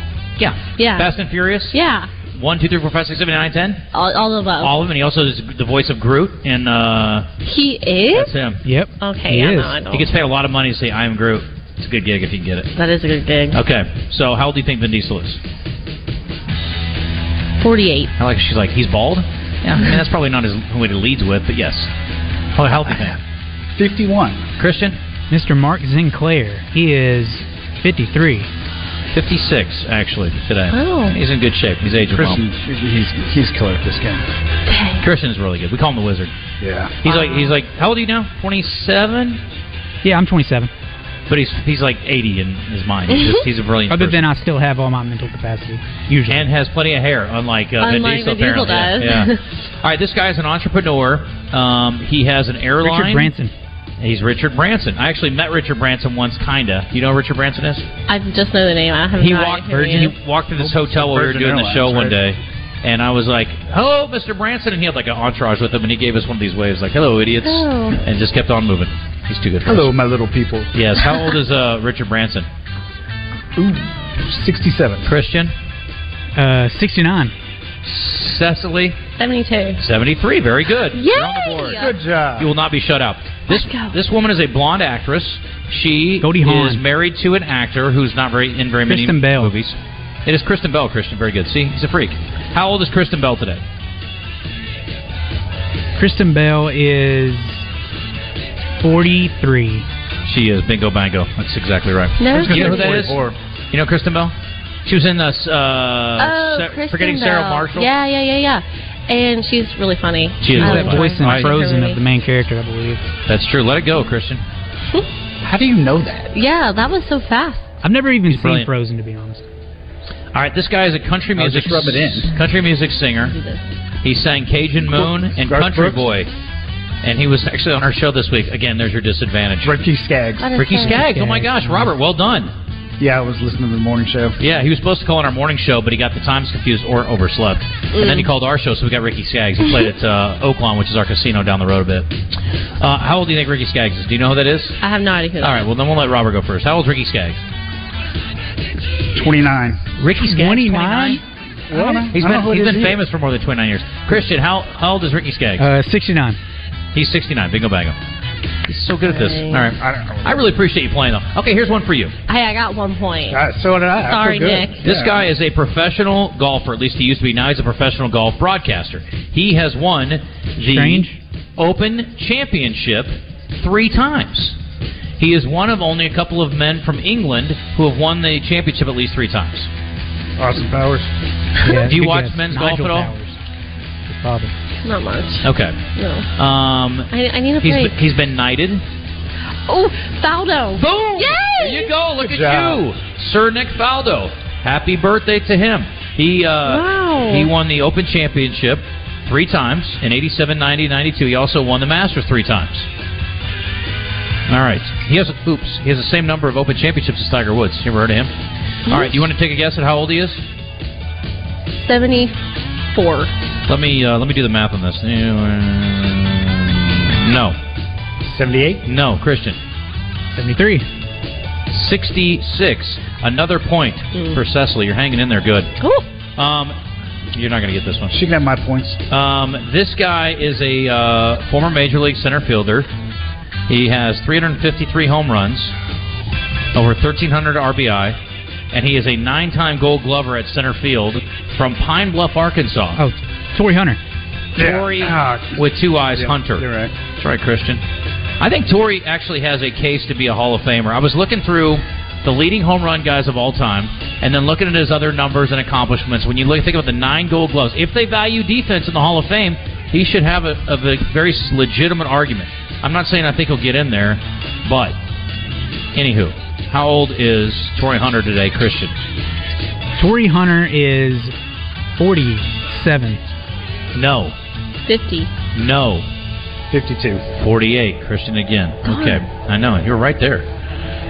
Speaker 5: Yeah.
Speaker 12: Yeah.
Speaker 5: Fast and Furious.
Speaker 12: Yeah.
Speaker 5: One, two, three, four, five, six, seven, eight, nine, ten.
Speaker 12: All, all of
Speaker 6: Oh.
Speaker 12: them.
Speaker 5: All of them. And he also is the voice of Groot. And uh,
Speaker 12: He is.
Speaker 5: that's him.
Speaker 6: Yep.
Speaker 12: Okay. yeah, no, I don't.
Speaker 5: He gets paid a lot of money to say, "I am Groot." It's a good gig if you can get it.
Speaker 12: that is a good gig.
Speaker 5: Okay, so how old do you think Vin Diesel is?
Speaker 12: Forty-eight.
Speaker 5: I like she's like he's bald. Yeah, I mean that's probably not his who he leads with, but yes, probably healthy man.
Speaker 6: 51.
Speaker 5: Christian?
Speaker 6: Mr. Mark Sinclair. He is 53.
Speaker 5: 56 actually today.
Speaker 6: Oh.
Speaker 5: he's in good shape. He's aging well.
Speaker 8: Christian, he's he's killer at this game.
Speaker 5: Christian's really good. We call him the Wizard.
Speaker 8: Yeah.
Speaker 5: He's like he's like how old are you now? 27.
Speaker 6: Yeah, I'm 27.
Speaker 5: But he's he's like 80 in his mind. He's,
Speaker 6: Mm-hmm.
Speaker 5: just, he's a brilliant.
Speaker 6: Other
Speaker 5: person.
Speaker 6: than I still have all my mental capacity.
Speaker 5: And has plenty of hair, unlike, uh,
Speaker 6: Unlike Vin
Speaker 5: Vin Diesel.
Speaker 6: Diesel
Speaker 5: apparently.
Speaker 6: does.
Speaker 5: Yeah, yeah. All right, this guy is an entrepreneur. Um, he has an airline.
Speaker 6: Richard Branson.
Speaker 5: He's Richard Branson. I actually met Richard Branson once, kinda. You know who Richard Branson is?
Speaker 12: I just know the name. I have
Speaker 5: He
Speaker 12: no
Speaker 5: walked
Speaker 12: idea. who
Speaker 5: Virgin.
Speaker 12: he is.
Speaker 5: He walked through this hotel while we were
Speaker 12: Virgin
Speaker 5: doing the
Speaker 12: Airlines,
Speaker 5: show one
Speaker 12: right.
Speaker 5: day, and I was like, "Hello, Mr. Branson," and he had like an entourage with him, and he gave us one of these waves, like, "Hello, idiots,"
Speaker 8: Oh.
Speaker 5: and just kept on moving. He's too good. For
Speaker 8: Hello,
Speaker 5: Us.
Speaker 8: my little people.
Speaker 5: Yes. How old is uh, Richard Branson?
Speaker 8: Ooh, 67.
Speaker 5: Christian?
Speaker 6: Uh, 69.
Speaker 5: Cecily?
Speaker 12: 72.
Speaker 5: Seventy-three. Very good.
Speaker 12: Yay!
Speaker 8: Good job.
Speaker 5: You will not be shut out. This this woman is a blonde actress. She
Speaker 6: Hawn.
Speaker 5: is married to an actor who's not very in very many
Speaker 6: Kristen Bell.
Speaker 5: movies. It is Kristen Bell. Kristen, very good. See, he's a freak. How old is Kristen Bell today?
Speaker 6: Kristen Bell is 43.
Speaker 5: She is bingo bango. That's exactly right.
Speaker 6: No,
Speaker 5: you know who that is?
Speaker 6: 44.
Speaker 5: You know Kristen Bell? She was in this. Uh,
Speaker 12: Oh,
Speaker 5: Sa-
Speaker 12: Kristen
Speaker 5: forgetting
Speaker 12: Bell.
Speaker 5: Sarah Marshall.
Speaker 12: Yeah, yeah, yeah, yeah. And she's really funny.
Speaker 5: She is
Speaker 12: I
Speaker 5: really
Speaker 12: like
Speaker 5: funny.
Speaker 6: Voice in
Speaker 5: All right.
Speaker 6: Frozen of the main character, I believe.
Speaker 5: That's true. Let it go, Christian.
Speaker 6: How do you know that?
Speaker 12: her. Yeah, that was so fast.
Speaker 6: I've never even seen
Speaker 5: brilliant.
Speaker 6: Frozen, to be honest.
Speaker 5: All right, this guy is a country
Speaker 6: I'll
Speaker 5: music
Speaker 6: just rub it in.
Speaker 5: country music singer. He sang Cajun Moon and
Speaker 8: Garth
Speaker 5: Country
Speaker 8: Brooks?
Speaker 5: Boy, and he was actually on our show this week. Again, there's your disadvantage.
Speaker 8: Ricky Skaggs.
Speaker 5: Ricky Ricky Skaggs. Oh my gosh, Robert, well done.
Speaker 8: Yeah, I was listening to the morning show.
Speaker 5: Yeah, he was supposed to call on our morning show, but he got the times confused or overslept. And then he called our show, so we got Ricky Skaggs. He played at uh, Oaklawn, which is our casino down the road a bit. Uh, how old do you think Ricky Skaggs is? Do you know who that is?
Speaker 12: I have no idea who that
Speaker 5: All right, well then we'll let Robert go first. How old is Ricky Skaggs?
Speaker 8: 29.
Speaker 5: Ricky Skaggs.
Speaker 6: 29?
Speaker 5: I don't know. He's
Speaker 6: I don't
Speaker 5: been,
Speaker 6: know who
Speaker 5: he's
Speaker 6: it is either.
Speaker 5: been famous for more than 29 years. Christian, how, how old is Ricky Skaggs?
Speaker 6: Uh, 69.
Speaker 5: He's 69. Bingo bango. He's so good at this. All right. I, really appreciate you playing, though. Okay, here's one for you.
Speaker 12: is. Hey, I got one point.
Speaker 8: so did I.
Speaker 12: Sorry, Nick.
Speaker 5: This guy is a professional golfer. At least he used to be. Now he's a professional golf broadcaster. He has won the
Speaker 6: Strange.
Speaker 5: Open Championship three times. He is one of only a couple of men from England who have won the championship at least three times.
Speaker 8: Austin Powers.
Speaker 5: Do you watch men's golf at all?
Speaker 6: Father.
Speaker 12: Not much.
Speaker 5: Okay.
Speaker 12: No.
Speaker 5: Um,
Speaker 12: I, I need a
Speaker 5: he's
Speaker 12: break.
Speaker 5: been, he's been knighted.
Speaker 12: Oh, Faldo.
Speaker 5: Boom!
Speaker 12: Yay!
Speaker 5: There you go. Look
Speaker 12: Good
Speaker 5: at you, Sir Nick Faldo. Happy birthday to him. He uh,
Speaker 12: Wow.
Speaker 5: he won the Open Championship three times in 87, 90, 92. He also won the Masters three times. All right. He has oops. He has the same number of Open Championships as Tiger Woods. You ever heard of him? All right. You want to take a guess at how old he is?
Speaker 12: 74.
Speaker 5: Let me uh, let me do the math on this. No. Seventy-eight. No, Christian. Seventy-three. Sixty-six. Another point
Speaker 8: Mm.
Speaker 5: for Cecily. You're hanging in there, good.
Speaker 12: Cool.
Speaker 5: Um, you're not going to get this one.
Speaker 8: She can have my points.
Speaker 5: Um, this guy is a uh, former major league center fielder. He has 353 home runs, over 1,300 RBI, and he is a nine-time Gold Glover at center field from Pine Bluff, Arkansas.
Speaker 6: Oh, Tory Hunter.
Speaker 5: Tory with two eyes, Hunter. That's right, Christian. I think Tory actually has a case to be a Hall of Famer. I was looking through the leading home run guys of all time, and then looking at his other numbers and accomplishments. When you look, think about the nine Gold Gloves. If they value defense in the Hall of Fame, he should have a, of a very legitimate argument. I'm not saying I think he'll get in there, but anywho, how old is Tory Hunter today, Christian?
Speaker 6: Tory Hunter is 47.
Speaker 5: No.
Speaker 12: 50.
Speaker 5: No. 52. 48. Christian again.
Speaker 12: Darn.
Speaker 5: Okay. I know. You're right there.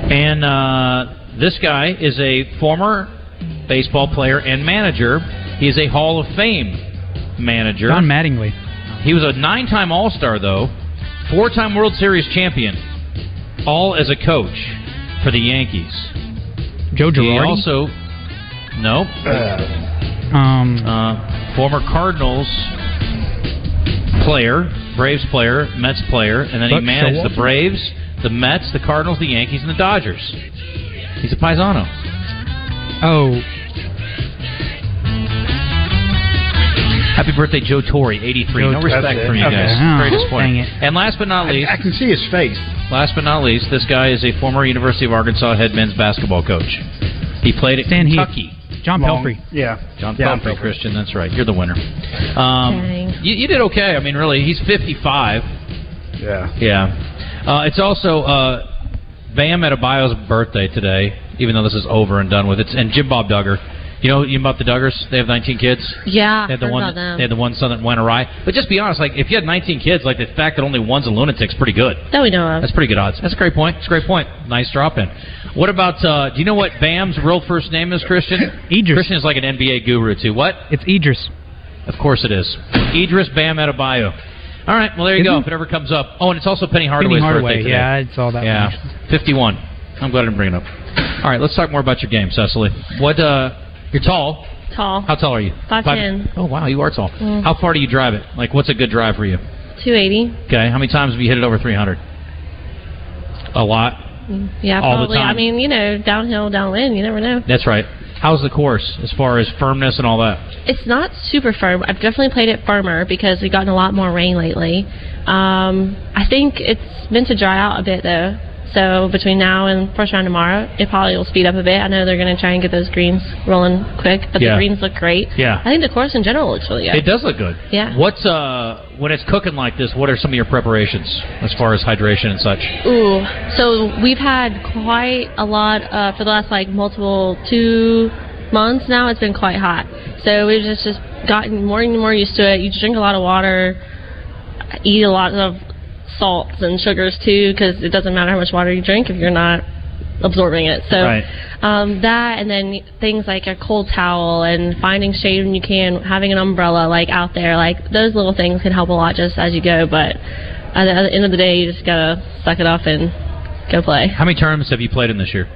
Speaker 5: And uh, this guy is a former baseball player and manager. He is a Hall of Fame manager.
Speaker 6: Don Mattingly.
Speaker 5: He was a nine time All Star, though, four time World Series champion, all as a coach for the Yankees.
Speaker 6: Joe
Speaker 5: He
Speaker 6: Girardi.
Speaker 5: also, no,
Speaker 6: um,
Speaker 5: uh, former Cardinals player, Braves player, Mets player, and then he
Speaker 6: Buck
Speaker 5: managed the
Speaker 6: Showalter.
Speaker 5: Braves, the Mets, the Cardinals, the Yankees, and the Dodgers. He's a Paisano.
Speaker 6: Oh,
Speaker 5: Happy birthday, Joe Torre, 83.
Speaker 6: Joe
Speaker 5: no
Speaker 6: Torre.
Speaker 5: respect
Speaker 6: That's it.
Speaker 5: from you
Speaker 6: Okay.
Speaker 5: guys.
Speaker 6: Oh,
Speaker 5: Very
Speaker 6: dang
Speaker 5: disappointing.
Speaker 6: it.
Speaker 5: And last but not least,
Speaker 6: I
Speaker 5: can see his face. Last but not least, this guy is a former University of Arkansas head men's basketball coach. He played at
Speaker 6: Stan Heath.
Speaker 5: Kentucky.
Speaker 6: John
Speaker 5: Long.
Speaker 6: Pelfrey.
Speaker 8: Yeah.
Speaker 5: John
Speaker 6: Yeah,
Speaker 5: Pumphrey, Christian. That's right. You're the winner. Um, you, you did okay. I mean, really, he's 55.
Speaker 8: Yeah.
Speaker 5: Yeah. Uh, it's also uh, Bam Adebayo's birthday today, even though this is over and done with. It's and Jim Bob Duggar. You know, you know about the Duggars? They have 19 kids.
Speaker 12: Yeah.
Speaker 5: They had the
Speaker 12: heard
Speaker 5: one.
Speaker 12: about them.
Speaker 5: They had the one son that went awry. But just be honest, like if you had 19 kids, like the fact that only one's a lunatic's pretty good.
Speaker 12: that we know of.
Speaker 5: That's pretty good odds. That's a great point. That's a great point. Nice drop in. What about? Uh, do you know what Bam's real first name is? Christian. Idris. Christian is like an NBA guru too. What?
Speaker 6: It's Idris.
Speaker 5: Of course it is. Idris Bam Adebayo. All right. Well, there you go. If it ever comes up. Oh, and it's also Penny
Speaker 6: Penny
Speaker 5: Hardaway's
Speaker 6: Hardaway.
Speaker 5: birthday today.
Speaker 6: Yeah, it's all that.
Speaker 5: Yeah,
Speaker 6: one.
Speaker 5: fifty-one. I'm glad I didn't bring it up. All right, let's talk more about your game, Cecily. What? Uh, you're tall.
Speaker 12: Tall.
Speaker 5: How tall are you?
Speaker 12: 5'10".
Speaker 5: Oh wow, you are tall.
Speaker 12: Mm.
Speaker 5: How far do you drive it? Like, what's a good drive for you?
Speaker 12: 280.
Speaker 5: Okay, how many times have you hit it over 300? A lot.
Speaker 12: Yeah,
Speaker 5: All the
Speaker 12: probably. I
Speaker 5: time.
Speaker 12: mean, you know, downhill, downwind, you never know.
Speaker 5: That's right. How's the course as far as firmness and all that?
Speaker 12: It's not super firm. I've definitely played it firmer because we've gotten a lot more rain lately. Um, I think it's meant to dry out a bit though. So between now and first round tomorrow, it probably will speed up a bit. I know they're going to try and get those greens rolling quick, but
Speaker 5: Yeah.
Speaker 12: the greens look great.
Speaker 5: Yeah.
Speaker 12: I think the course in general looks really good.
Speaker 5: It does look good.
Speaker 12: Yeah.
Speaker 5: What's uh when it's cooking like this? What are some of your preparations as far as hydration and such?
Speaker 12: Ooh, so we've had quite a lot uh, for the last like multiple two months now. It's been quite hot, so we've just just gotten more and more used to it. You drink a lot of water, eat a lot of salts and sugars too, because it doesn't matter how much water you drink if you're not absorbing it. So
Speaker 13: Right.
Speaker 12: um, that, and then things like a cold towel and finding shade when you can, having an umbrella like out there, like those little things can help a lot just as you go. But at the, at the end of the day, you just gotta suck it up and go play.
Speaker 5: How many terms have you played in this year?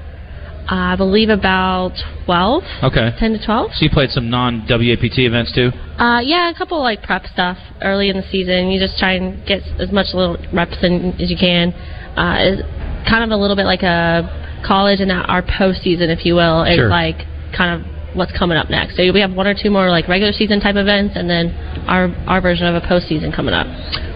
Speaker 12: I believe about 12,
Speaker 5: Okay.
Speaker 12: 10 to 12.
Speaker 5: So you played some non-WAPT events too?
Speaker 12: Uh, yeah, a couple like prep stuff early in the season. You just try and get as much little reps in as you can. Uh, it's kind of a little bit like a college and our postseason, if you will, is
Speaker 13: Sure.
Speaker 12: like kind of what's coming up next. So we have one or two more like regular season type events, and then our our version of a postseason coming up.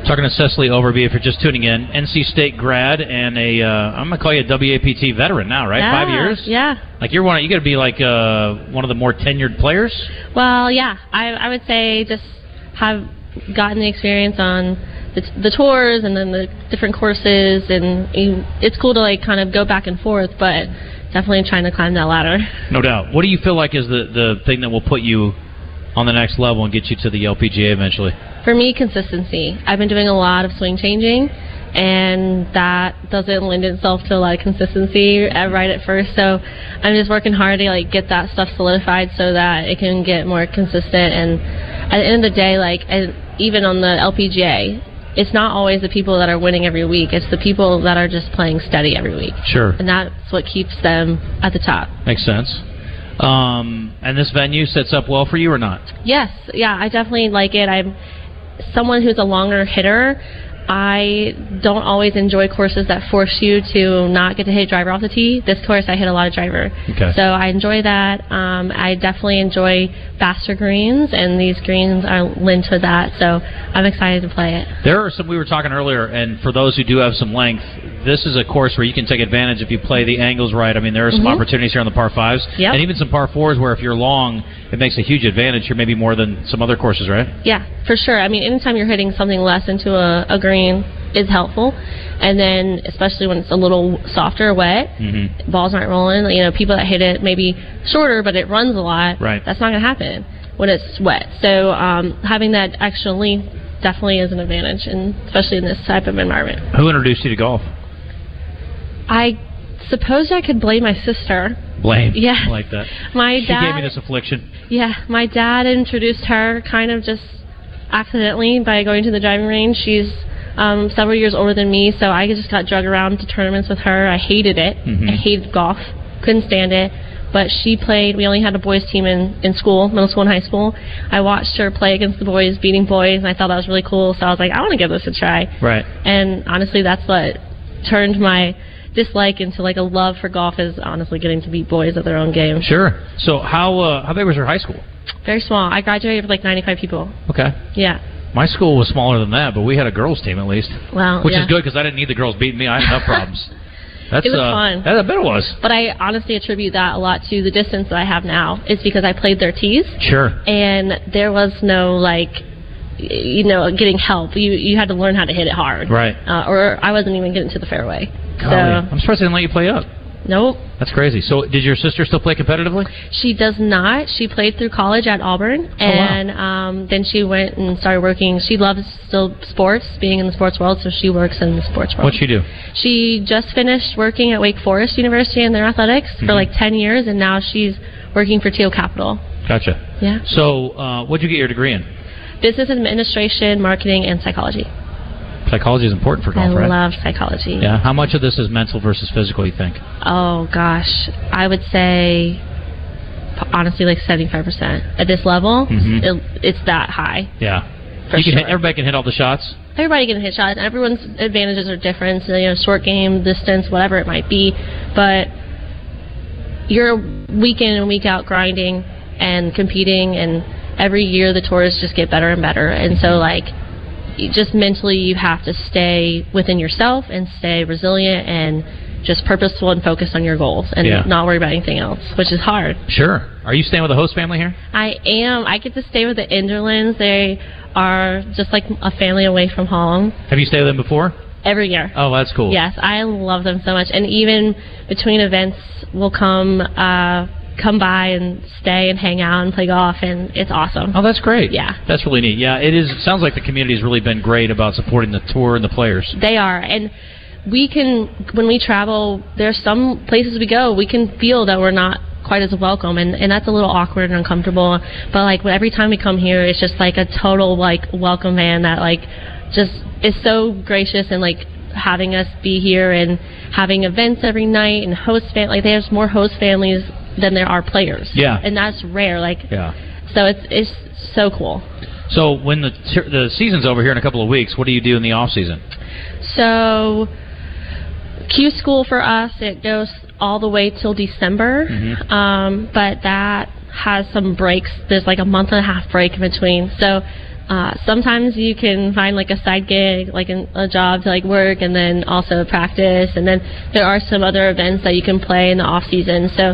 Speaker 5: Talking to Cecily Overby, if you're just tuning in, NC State grad and a uh, I'm gonna call you a WAPT veteran now, right? Five
Speaker 12: Yeah,
Speaker 5: years.
Speaker 12: Yeah.
Speaker 5: Like you're one, you gotta be like uh, one of the more tenured players.
Speaker 12: Well, yeah, I I would say just have gotten the experience on the, t- the tours and then the different courses, and you, it's cool to like kind of go back and forth, but definitely trying to climb that ladder.
Speaker 5: No doubt. What do you feel like is the, the thing that will put you on the next level and get you to the LPGA eventually?
Speaker 12: For me, consistency. I've been doing a lot of swing changing, and that doesn't lend itself to a lot of consistency at- right at first. So I'm just working hard to like get that stuff solidified so that it can get more consistent. And at the end of the day, like and even on the LPGA, it's not always the people that are winning every week. It's the people that are just playing steady every week.
Speaker 5: Sure.
Speaker 12: And that's what keeps them at the top.
Speaker 5: Makes sense. Um, and this venue sets up well for you or not?
Speaker 12: Yes, yeah, I definitely like it. I'm someone who's a longer hitter. I don't always enjoy courses that force you to not get to hit driver off the tee. This course, I hit a lot of driver,
Speaker 13: Okay.
Speaker 12: so I enjoy that. Um, I definitely enjoy faster greens, and these greens are lent to that. So I'm excited to play it.
Speaker 5: There are some we were talking earlier, and for those who do have some length, this is a course where you can take advantage if you play the angles right. I mean, there are some
Speaker 12: Mhm.
Speaker 5: opportunities here on the par fives,
Speaker 12: Yep.
Speaker 5: and even some par fours where if you're long, it makes a huge advantage here, maybe more than some other courses, right?
Speaker 12: Yeah, for sure. I mean, anytime you're hitting something less into a, a green is helpful, and then especially when it's a little softer, wet,
Speaker 5: Mm-hmm.
Speaker 12: balls aren't rolling. You know, people that hit it maybe shorter, but it runs a lot.
Speaker 5: Right.
Speaker 12: That's not going to happen when it's wet. So um, having that extra length definitely is an advantage, and especially in this type of environment.
Speaker 5: Who introduced you to golf?
Speaker 12: I suppose I could blame my sister.
Speaker 5: Blame.
Speaker 12: Yeah.
Speaker 5: I like that.
Speaker 12: My
Speaker 5: she
Speaker 12: dad-
Speaker 5: gave me this affliction.
Speaker 12: Yeah, my dad introduced her kind of just accidentally by going to the driving range. She's um, several years older than me, so I just got drug around to tournaments with her. I hated it.
Speaker 13: Mhm.
Speaker 12: I hated golf. Couldn't stand it. But she played. We only had a boys' team in, in school, middle school and high school. I watched her play against the boys, beating boys, and I thought that was really cool. So I was like, I want to give this a try.
Speaker 5: Right.
Speaker 12: And honestly, that's what turned my dislike into like a love for golf is honestly getting to beat boys at their own game.
Speaker 5: Sure. So how uh, how big was your high school?
Speaker 12: Very small. I graduated with like 95 people.
Speaker 5: Okay.
Speaker 12: Yeah.
Speaker 5: My school was smaller than that, but we had a girls' team at least,
Speaker 12: Wow.
Speaker 5: which
Speaker 12: Oh, yeah.
Speaker 5: is good because I didn't need the girls beating me. I had enough problems. That's
Speaker 12: It was
Speaker 5: uh,
Speaker 12: fun.
Speaker 5: That, I bet it was.
Speaker 12: But I honestly attribute that a lot to the distance that I have now. Is because I played their tees,
Speaker 5: Sure.
Speaker 12: and there was no like, y- you know, getting help. You you had to learn how to hit it hard.
Speaker 5: Right.
Speaker 12: Uh, or I wasn't even getting to the fairway.
Speaker 5: Golly. I'm surprised they didn't let you play up.
Speaker 12: So nope.
Speaker 5: That's crazy. So, did your sister still play competitively?
Speaker 12: She does not. She played through college at Auburn,
Speaker 5: Oh, wow.
Speaker 12: and um, then she went and started working. She loves still sports, being in the sports world, so she works in the sports world.
Speaker 5: What'd she do?
Speaker 12: She just finished working at Wake Forest University in their athletics
Speaker 5: Mhm.
Speaker 12: for like 10 years, and now she's working for Teal Capital.
Speaker 5: Gotcha.
Speaker 12: Yeah.
Speaker 5: So, uh, what'd you get your degree in?
Speaker 12: Business administration, marketing, and psychology.
Speaker 5: Psychology is important for golf,
Speaker 12: I
Speaker 5: right?
Speaker 12: love psychology.
Speaker 5: yeah. How much of this is mental versus physical? You think?
Speaker 12: Oh, gosh. I would say, honestly, like 75%. At this level,
Speaker 5: Mhm.
Speaker 12: it, it's that high.
Speaker 5: Yeah.
Speaker 12: For
Speaker 5: you can hit,
Speaker 12: sure.
Speaker 5: everybody can hit all the shots.
Speaker 12: everybody can hit shots. Everyone's advantages are different. So, you know, short game, distance, whatever it might be. But you're week in and week out grinding and competing, and every year the tours just get better and better. And so, like, you- just mentally, you have to stay within yourself and stay resilient and just purposeful and focused on your goals and
Speaker 5: Yeah.
Speaker 12: not worry about anything else, which is hard.
Speaker 5: Sure. Are you staying with the host family here?
Speaker 12: I am. I get to stay with the Enderlands. They are just like a family away from home
Speaker 5: Have you stayed with them before?
Speaker 12: every year.
Speaker 5: Oh, that's cool.
Speaker 12: Yes, I love them so much, and even between events, we'll come uh, come by and stay and hang out and play golf, and it's awesome.
Speaker 5: Oh, that's great.
Speaker 12: Yeah,
Speaker 5: That's really neat. Yeah, it is. It sounds like the community's really been great about supporting the tour and the players.
Speaker 12: they are, and we can when we travel. There's some places we go, we can feel that we're not quite as welcome, and and that's a little awkward and uncomfortable. But like when- every time we come here, it's just like a total like welcome man that like just is so gracious and like having us be here and having events every night and host fam- like there's more host families than there are players.
Speaker 5: Yeah.
Speaker 12: And that's rare. Like
Speaker 5: Yeah.
Speaker 12: so it's it's so cool.
Speaker 5: So when the tur- the season's over here in a couple of weeks, what do you do in the off season?
Speaker 12: So Q school for us it goes all the way till December.
Speaker 3: Mm-hmm.
Speaker 5: Mhm.
Speaker 12: Um, but that has some breaks. There's like a month and a half break in between. So uh, sometimes you can find like a side gig, like an, a job to like work, and then also practice. And then there are some other events that you can play in the off season. So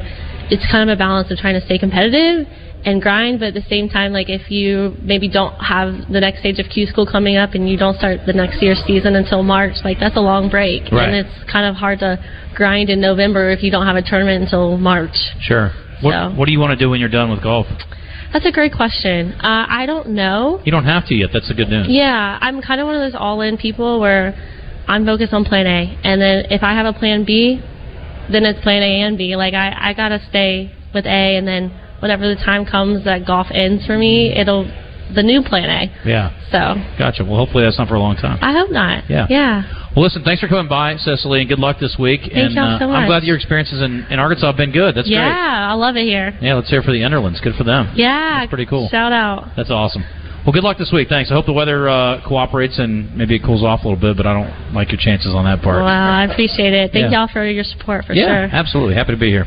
Speaker 12: it's kind of a balance of trying to stay competitive and grind, but at the same time, like if you maybe don't have the next stage of Q school coming up and you don't start the next year's season until March, like that's a long break,
Speaker 5: Right.
Speaker 12: and it's kind of hard to grind in November if you don't have a tournament until March.
Speaker 5: Sure. What,
Speaker 12: So-
Speaker 5: what do you want to do when you're done with golf?
Speaker 12: That's a great question. Uh, I don't know.
Speaker 5: You don't have to yet. That's the good news.
Speaker 12: Yeah, I'm kind of one of those all-in people where I'm focused on plan A, and then if I have a plan B, then it's plan A and B. Like I, I gotta stay with A, and then whenever the time comes that golf ends for me, it'll the new plan A.
Speaker 5: Yeah.
Speaker 12: So
Speaker 5: Gotcha. Well, hopefully that's not for a long time.
Speaker 12: I hope not.
Speaker 5: Yeah.
Speaker 12: Yeah.
Speaker 5: Well, listen, thanks for coming by, Cecily, and good luck this week.
Speaker 12: Thank
Speaker 5: and
Speaker 12: y'all so
Speaker 5: uh, I'm
Speaker 12: much.
Speaker 5: glad your experiences in, in Arkansas have been good. That's
Speaker 12: yeah, I love it here.
Speaker 5: great. Yeah, let's hear for the Enderlands. Good for them.
Speaker 12: Yeah.
Speaker 5: That's pretty cool.
Speaker 12: Shout out.
Speaker 5: That's awesome. Well, good luck this week. Thanks. I hope the weather uh, cooperates and maybe it cools off a little bit, but I don't like your chances on that part.
Speaker 12: Wow, I appreciate it. Thank
Speaker 5: Yeah.
Speaker 12: y'all for your support for
Speaker 5: yeah,
Speaker 12: sure.
Speaker 5: absolutely. Happy to be here.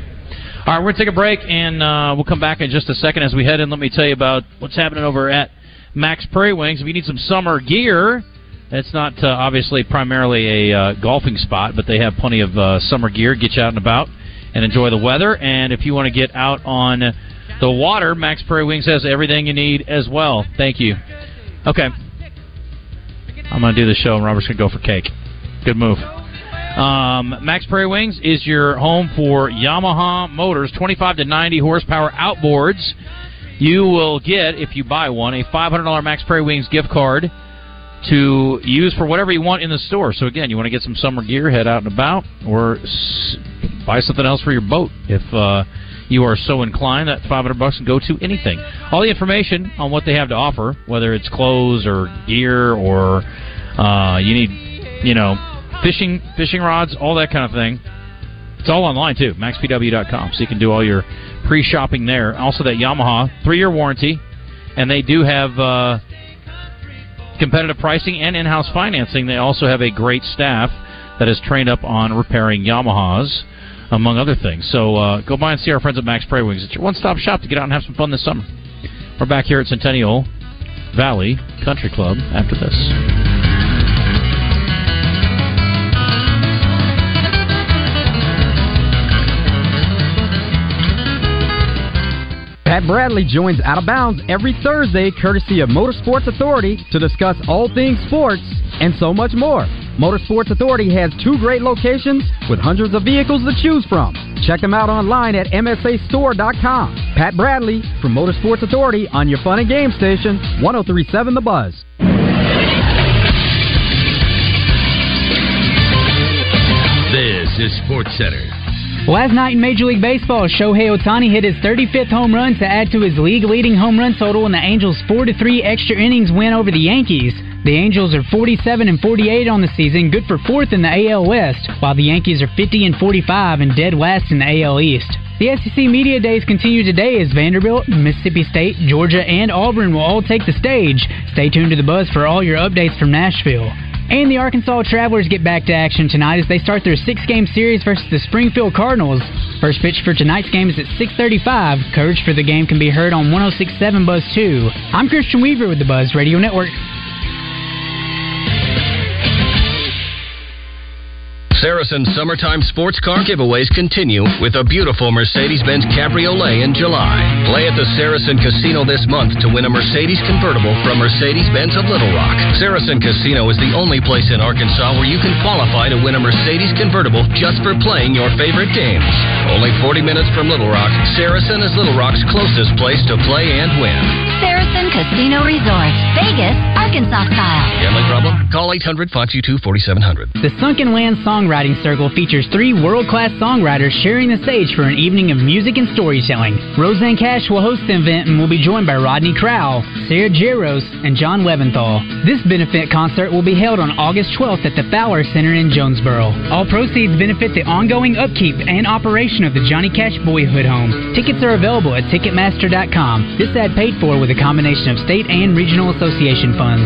Speaker 5: All right, we're going to take a break, and uh, we'll come back in just a second as we head in. Let me tell you about what's happening over at Max Prairie Wings. If you need some summer gear, it's not uh, obviously primarily a uh, golfing spot, but they have plenty of uh, summer gear. Get you out and about and enjoy the weather. And if you want to get out on the water, Max Prairie Wings has everything you need as well. Thank you. Okay. I'm going to do the show, and Robert's going to go for cake. Good move. Um, Max Prairie Wings is your home for Yamaha Motors 25 to 90 horsepower outboards. You will get, if you buy one, a $500 Max Prairie Wings gift card to use for whatever you want in the store. So, again, you want to get some summer gear, head out and about, or s- buy something else for your boat if uh, you are so inclined. That 500 bucks can go to anything. All the information on what they have to offer, whether it's clothes or gear or uh, you need, you know, fishing fishing rods, all that kind of thing. It's all online too, maxpw.com, so you can do all your pre-shopping there. Also, that Yamaha three-year warranty, and they do have uh, competitive pricing and in-house financing. They also have a great staff that is trained up on repairing Yamahas, among other things. So uh, go by and see our friends at Max Prairie Wings. It's your one-stop shop to get out and have some fun this summer. We're back here at Centennial Valley Country Club after this.
Speaker 13: Pat Bradley joins Out of Bounds every Thursday, courtesy of Motorsports Authority, to discuss all things sports and so much more. Motorsports Authority has two great locations with hundreds of vehicles to choose from. Check them out online at MSAstore.com. Pat Bradley from Motorsports Authority on your fun and game station, 1037 The Buzz.
Speaker 14: This is Sports Center.
Speaker 6: Last night in Major League Baseball, Shohei Otani hit his 35th home run to add to his league leading home run total in the Angels' 4 3 extra innings win over the Yankees. The Angels are 47 and 48 on the season, good for fourth in the AL West, while the Yankees are 50 and 45 and dead last in the AL East. The SEC Media Days continue today as Vanderbilt, Mississippi State, Georgia, and Auburn will all take the stage. Stay tuned to the buzz for all your updates from Nashville. And the Arkansas Travelers get back to action tonight as they start their six-game series versus the Springfield Cardinals. First pitch for tonight's game is at 6:35. Coverage for the game can be heard on 106.7 Buzz 2. I'm Christian Weaver with the Buzz Radio Network.
Speaker 14: Saracen's summertime sports car giveaways continue with a beautiful Mercedes Benz Cabriolet in July. Play at the Saracen Casino this month to win a Mercedes convertible from Mercedes Benz of Little Rock. Saracen Casino is the only place in Arkansas where you can qualify to win a Mercedes convertible just for playing your favorite games. Only 40 minutes from Little Rock, Saracen is Little Rock's closest place to play and win.
Speaker 15: Saracen Casino Resort, Vegas, Arkansas style.
Speaker 14: Gambling problem? Call 800 522 4700.
Speaker 6: The Sunken Land Songwriting Circle features three world-class songwriters sharing the stage for an evening of music and storytelling. Roseanne Cash will host the event and will be joined by Rodney Crowell, Sarah Jaros, and John Leventhal. This benefit concert will be held on August 12th at the Fowler Center in Jonesboro. All proceeds benefit the ongoing upkeep and operation of the Johnny Cash Boyhood Home. Tickets are available at Ticketmaster.com. This ad paid for with a combination of state and regional association funds.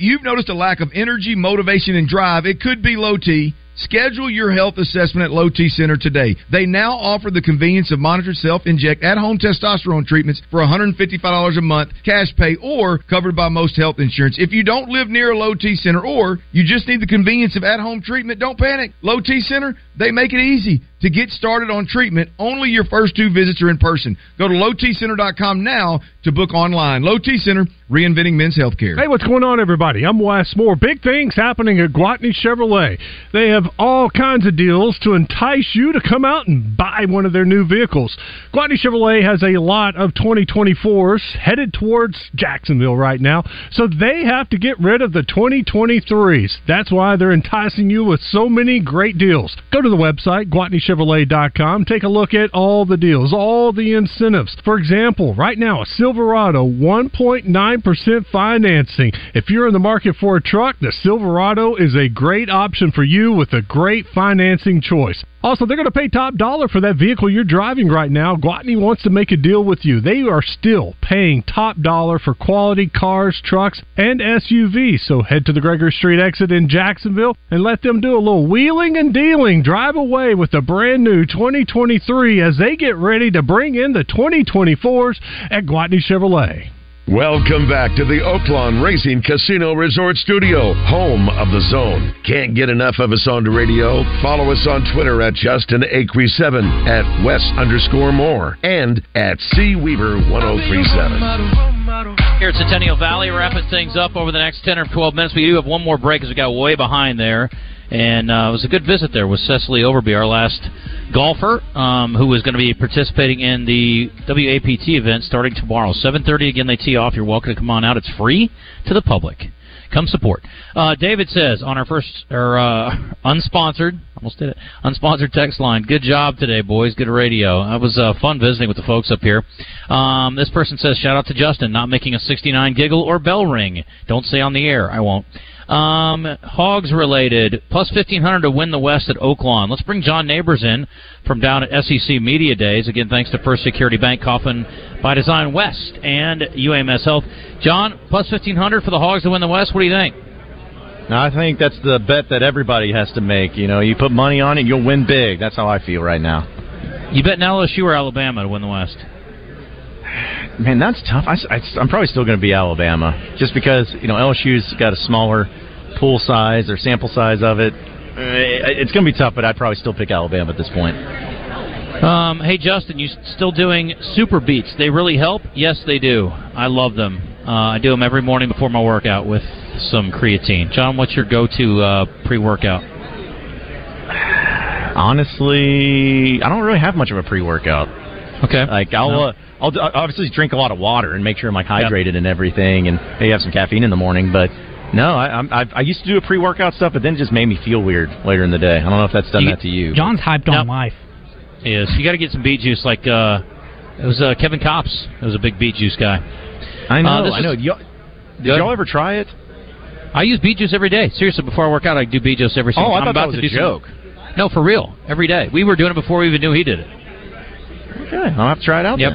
Speaker 16: you've noticed a lack of energy, motivation, and drive, it could be low T. Schedule your health assessment at Low T Center today. They now offer the convenience of monitored self inject at home testosterone treatments for $155 a month, cash pay, or covered by most health insurance. If you don't live near a Low T Center or you just need the convenience of at home treatment, don't panic. Low T Center, they make it easy to get started on treatment. Only your first two visits are in person. Go to lowtcenter.com now to book online. Low T Center, reinventing men's healthcare.
Speaker 17: Hey, what's going on, everybody? I'm Wes Moore. Big things happening at Guatney Chevrolet. They have all kinds of deals to entice you to come out and buy one of their new vehicles. Guatney Chevrolet has a lot of 2024s headed towards Jacksonville right now, so they have to get rid of the 2023s. That's why they're enticing you with so many great deals. Go to the website, GuatneyChevrolet.com. Take a look at all the deals, all the incentives. For example, right now, a Silverado 1.9% financing. If you're in the market for a truck, the Silverado is a great option for you with a great financing choice. Also, they're going to pay top dollar for that vehicle you're driving right now. Guatney wants to make a deal with you. They are still paying top dollar for quality cars, trucks, and SUVs. So head to the Gregory Street exit in Jacksonville and let them do a little wheeling and dealing. Drive away with the brand new 2023 as they get ready to bring in the 2024s at Guatney Chevrolet.
Speaker 4: Welcome back to the Oaklawn Racing Casino Resort Studio, home of the zone. Can't get enough of us on the radio? Follow us on Twitter at Justin Acree7, at Wes underscore Moore, and at oh C Weaver 1037.
Speaker 5: Here at Centennial Valley, wrapping things up over the next 10 or 12 minutes. We do have one more break as we got way behind there. And uh, it was a good visit there with Cecily Overby, our last golfer, um, who is going to be participating in the WAPT event starting tomorrow. 7.30 again, they tee off. You're welcome to come on out. It's free to the public. Come support. Uh, David says on our first, or uh, unsponsored, almost did it, unsponsored text line, good job today, boys. Good radio. That was uh, fun visiting with the folks up here. Um, this person says, shout out to Justin, not making a 69 giggle or bell ring. Don't say on the air. I won't. Um, hogs related, plus 1500 to win the West at Oaklawn. Let's bring John Neighbors in from down at SEC Media Days. Again, thanks to First Security Bank, Coffin by Design West, and UAMS Health. John, plus 1500 for the Hogs to win the West. What do you think?
Speaker 18: Now, I think that's the bet that everybody has to make. You know, you put money on it, you'll win big. That's how I feel right now.
Speaker 5: You betting LSU or Alabama to win the West?
Speaker 18: Man, that's tough. I, am probably still going to be Alabama just because you know LSU's got a smaller pool size or sample size of it. It's going to be tough, but I'd probably still pick Alabama at this point.
Speaker 5: Um, hey, Justin, you still doing super beats? They really help. Yes, they do. I love them. Uh, I do them every morning before my workout with some creatine. John, what's your go-to uh, pre-workout?
Speaker 18: Honestly, I don't really have much of a pre-workout.
Speaker 5: Okay.
Speaker 18: Like I'll no. uh, I'll obviously drink a lot of water and make sure I'm like hydrated yep. and everything, and maybe have some caffeine in the morning. But no, I I, I used to do a pre-workout stuff, but then it just made me feel weird later in the day. I don't know if that's done
Speaker 6: You-
Speaker 18: that to you.
Speaker 6: John's hyped on life.
Speaker 5: Is you got to get some beet juice. Like uh, it was uh, Kevin Cops. It was a big beet juice guy.
Speaker 18: I know.
Speaker 5: Uh, this
Speaker 18: I
Speaker 5: is-
Speaker 18: know. Y'all, did
Speaker 5: Good.
Speaker 18: y'all ever try it?
Speaker 5: I use beet juice every day. Seriously, before I work out, I do beet juice every single.
Speaker 18: Oh, I
Speaker 5: I'm
Speaker 18: thought that
Speaker 5: about
Speaker 18: was
Speaker 5: to
Speaker 18: a
Speaker 5: do some-
Speaker 18: joke.
Speaker 5: no, for real, every day. We were doing it before we even knew he did it.
Speaker 18: Okay, I'll have to try it out.
Speaker 5: Yep.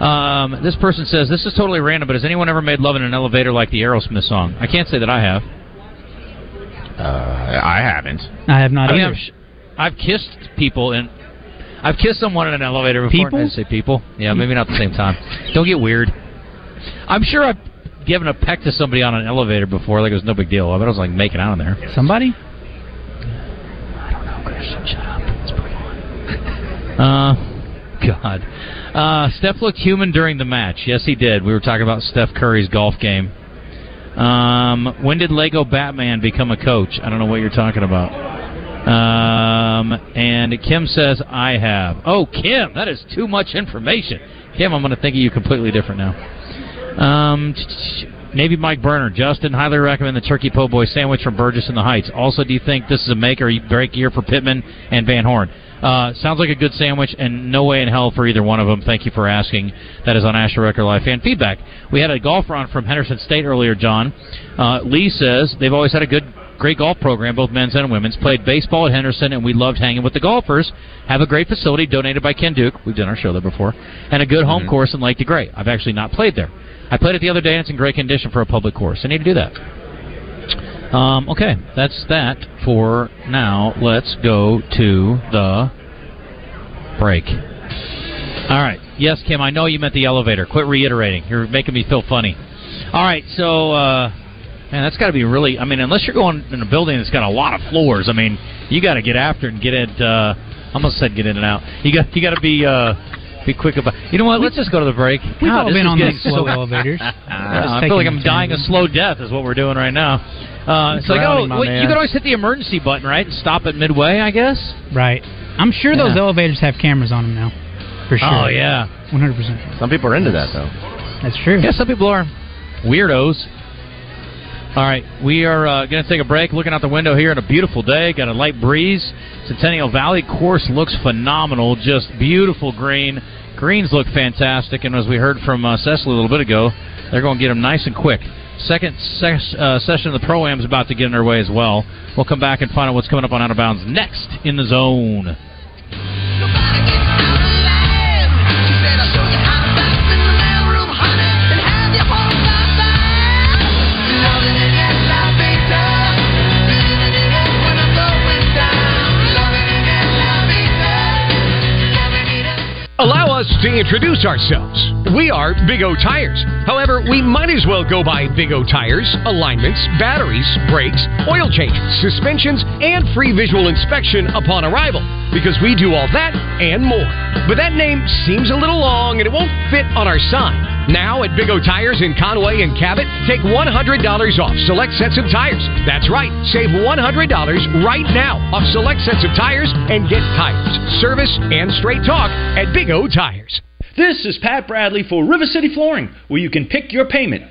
Speaker 5: Um, this person says this is totally random, but has anyone ever made love in an elevator like the Aerosmith song? I can't say that I have.
Speaker 18: Uh, I haven't.
Speaker 6: I have not
Speaker 5: I mean,
Speaker 6: either.
Speaker 5: I've, sh- I've kissed people in. I've kissed someone in an elevator before.
Speaker 6: People?
Speaker 5: I say people. Yeah, maybe not at the same time. Don't get weird. I'm sure I've given a peck to somebody on an elevator before. Like it was no big deal. I bet I was like making out in there.
Speaker 6: Somebody?
Speaker 5: Uh, God. Uh, Steph looked human during the match. Yes, he did. We were talking about Steph Curry's golf game. Um, when did Lego Batman become a coach? I don't know what you're talking about. Um, and Kim says, I have. Oh, Kim, that is too much information. Kim, I'm going to think of you completely different now. Um, Navy Mike Burner, Justin, highly recommend the turkey po' boy sandwich from Burgess in the Heights. Also, do you think this is a make or break year for Pittman and Van Horn? Uh, sounds like a good sandwich, and no way in hell for either one of them. Thank you for asking. That is on Astro Record Live fan feedback. We had a golf round from Henderson State earlier, John. Uh, Lee says they've always had a good, great golf program, both men's and women's. Played baseball at Henderson, and we loved hanging with the golfers. Have a great facility donated by Ken Duke. We've done our show there before, and a good home course in Lake DeGray. I've actually not played there. I played it the other day, and it's in great condition for a public course. I need to do that. Um, okay, that's that for now. Let's go to the break. All right. Yes, Kim, I know you meant the elevator. Quit reiterating. You're making me feel funny. All right, so, uh, man, that's got to be really. I mean, unless you're going in a building that's got a lot of floors, I mean, you got to get after it and get it. Uh, I almost said get in and out. You got you got to be uh, be quick about. You know what? Let's just go to the break.
Speaker 6: We've all
Speaker 5: God, this
Speaker 6: been
Speaker 5: is
Speaker 6: on
Speaker 5: getting
Speaker 6: those slow
Speaker 5: so-
Speaker 6: elevators. Just
Speaker 5: Uh, I
Speaker 6: taking
Speaker 5: feel like
Speaker 6: the
Speaker 5: I'm dying a slow death is what we're doing right now. Uh, it's like, oh,
Speaker 6: drowning, my
Speaker 5: wait,
Speaker 6: man.
Speaker 5: you could always hit the emergency button, right, and stop at midway, I guess.
Speaker 6: Right. I'm sure those
Speaker 5: Yeah.
Speaker 6: elevators have cameras on them now. For sure.
Speaker 5: Oh yeah,
Speaker 6: 100%.
Speaker 18: Some people are into that though.
Speaker 6: That's true.
Speaker 5: Yeah, some people are weirdos. All right, we are uh, going to take a break. Looking out the window here, on a beautiful day. Got a light breeze. Centennial Valley course looks phenomenal. Just beautiful green. Greens look fantastic, and as we heard from uh, Cecily a little bit ago, they're going to get them nice and quick. Second ses- uh, session of the pro am is about to get underway as well. We'll come back and find out what's coming up on Out of Bounds next in the zone.
Speaker 19: Allow us to introduce ourselves. We are Big O Tires. However, we might as well go by Big O Tires, alignments, batteries, brakes, oil changes, suspensions, and free visual inspection upon arrival because we do all that and more. But that name seems a little long and it won't fit on our sign. Now at Big O Tires in Conway and Cabot, take $100 off select sets of tires. That's right, save $100 right now off select sets of tires and get tires, service, and straight talk at Big O Tires.
Speaker 20: This is Pat Bradley for River City Flooring, where you can pick your payment.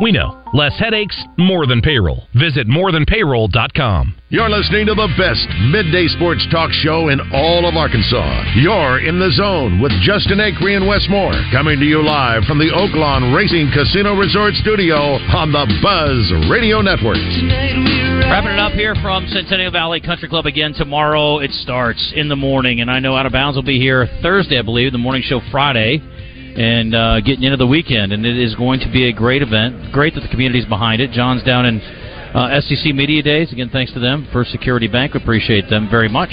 Speaker 1: We know. Less headaches, more than payroll. Visit morethanpayroll.com.
Speaker 4: You're listening to the best midday sports talk show in all of Arkansas. You're in the zone with Justin Acree and Wes Moore, coming to you live from the Oaklawn Racing Casino Resort Studio on the Buzz Radio Network.
Speaker 5: Wrapping it up here from Centennial Valley Country Club again tomorrow. It starts in the morning, and I know Out of Bounds will be here Thursday, I believe, the morning show Friday, and uh, getting into the weekend. And it is going to be a great event. Great that the community's behind it. John's down in uh, SEC Media Days. Again, thanks to them for Security Bank. Appreciate them very much.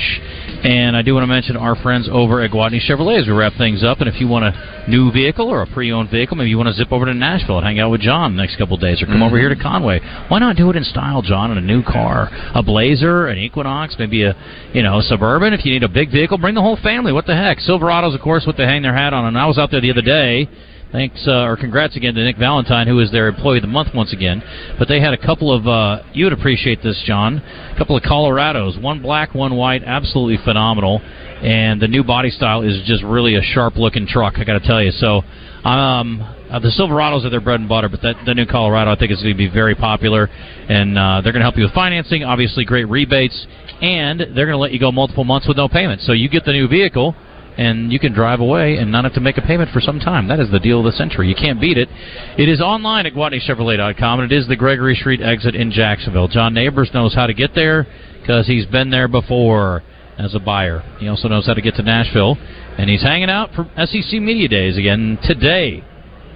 Speaker 5: And I do want to mention our friends over at Guadney Chevrolet as we wrap things up. And if you want a new vehicle or a pre-owned vehicle, maybe you want to zip over to Nashville and hang out with John the next couple of days, or come over here to Conway. Why not do it in style, John, in a new car, a Blazer, an Equinox, maybe a you know a Suburban. If you need a big vehicle, bring the whole family. What the heck? Silverados, of course, what they hang their hat on. And I was out there the other day. Thanks uh, or congrats again to Nick Valentine, who is their employee of the month once again. But they had a couple of uh, you would appreciate this, John. A couple of Colorados, one black, one white, absolutely phenomenal. And the new body style is just really a sharp looking truck. I got to tell you. So um, uh, the Silverados are their bread and butter, but that the new Colorado I think is going to be very popular, and uh, they're going to help you with financing. Obviously, great rebates, and they're going to let you go multiple months with no payment. So you get the new vehicle and you can drive away and not have to make a payment for some time. That is the deal of the century. You can't beat it. It is online at GuadneyChevrolet.com, and it is the Gregory Street exit in Jacksonville. John Neighbors knows how to get there because he's been there before as a buyer. He also knows how to get to Nashville, and he's hanging out for SEC Media Days again today.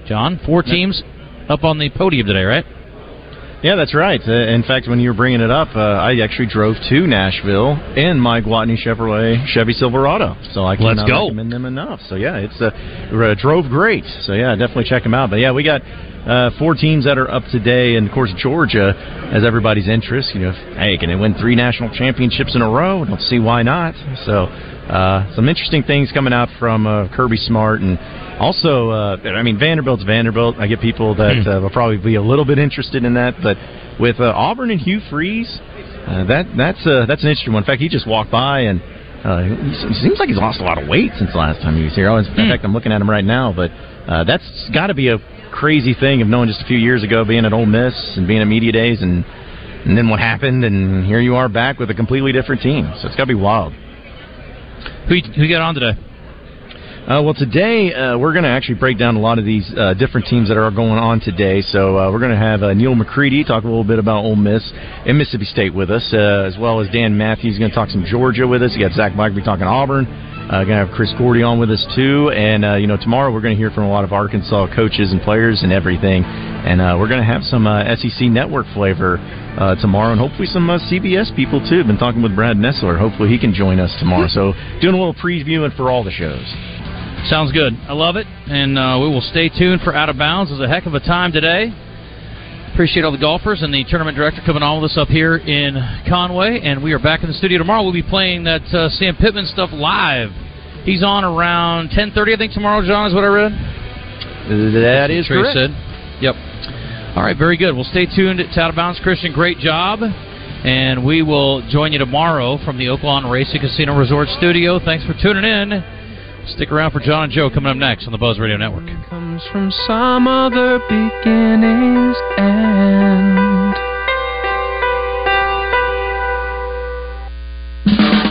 Speaker 5: John, four teams up on the podium today, right?
Speaker 18: Yeah, that's right. Uh, in fact, when you were bringing it up, uh, I actually drove to Nashville in my Guatney Chevrolet Chevy Silverado. So I
Speaker 5: Let's
Speaker 18: cannot
Speaker 5: go.
Speaker 18: recommend them enough. So yeah, it's uh, r- drove great. So yeah, definitely check them out. But yeah, we got uh, four teams that are up today, and of course Georgia has everybody's interest. You know, if, hey, can they win three national championships in a row? Don't see why not. So uh, some interesting things coming out from uh, Kirby Smart and. Also, uh, I mean Vanderbilt's Vanderbilt. I get people that uh, will probably be a little bit interested in that, but with uh, Auburn and Hugh Freeze, uh, that that's uh, that's an interesting one. In fact, he just walked by and uh, he s- he seems like he's lost a lot of weight since the last time he was here. Oh, in fact, I'm looking at him right now, but uh, that's got to be a crazy thing of knowing just a few years ago being at Ole Miss and being at media days and and then what happened and here you are back with a completely different team. So it's got to be wild.
Speaker 5: Who who got on today?
Speaker 18: Uh, well, today uh, we're going to actually break down a lot of these uh, different teams that are going on today. So uh, we're going to have uh, Neil McCready talk a little bit about Ole Miss and Mississippi State with us, uh, as well as Dan Matthews going to talk some Georgia with us. You got Zach Bogby talking Auburn. Uh, going to have Chris Gordy on with us too, and uh, you know tomorrow we're going to hear from a lot of Arkansas coaches and players and everything, and uh, we're going to have some uh, SEC network flavor uh, tomorrow, and hopefully some uh, CBS people too. Been talking with Brad Nessler. Hopefully he can join us tomorrow. So doing a little previewing for all the shows.
Speaker 5: Sounds good. I love it. And uh, we will stay tuned for Out of Bounds. It was a heck of a time today. Appreciate all the golfers and the tournament director coming on with us up here in Conway. And we are back in the studio tomorrow. We'll be playing that uh, Sam Pittman stuff live. He's on around 10.30, I think, tomorrow, John, is what I read?
Speaker 18: That
Speaker 5: That's
Speaker 18: is
Speaker 5: what Trey
Speaker 18: correct.
Speaker 5: said. Yep. All right, very good. Well, stay tuned. It's Out of Bounds. Christian, great job. And we will join you tomorrow from the Oaklawn Racing Casino Resort Studio. Thanks for tuning in. Stick around for John and Joe coming up next on the Buzz Radio Network.
Speaker 2: comes from some other beginning's end.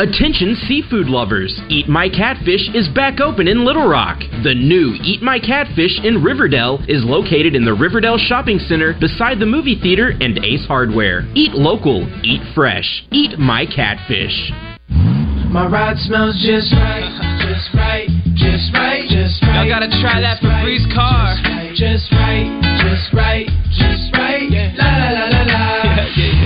Speaker 3: Attention seafood lovers! Eat My Catfish is back open in Little Rock. The new Eat My Catfish in Riverdale is located in the Riverdale Shopping Center beside the movie theater and Ace Hardware. Eat local, eat fresh, eat My Catfish.
Speaker 2: My rod smells just right, just right, just right, just right. Y'all gotta try that Febreze car. Just right, just right,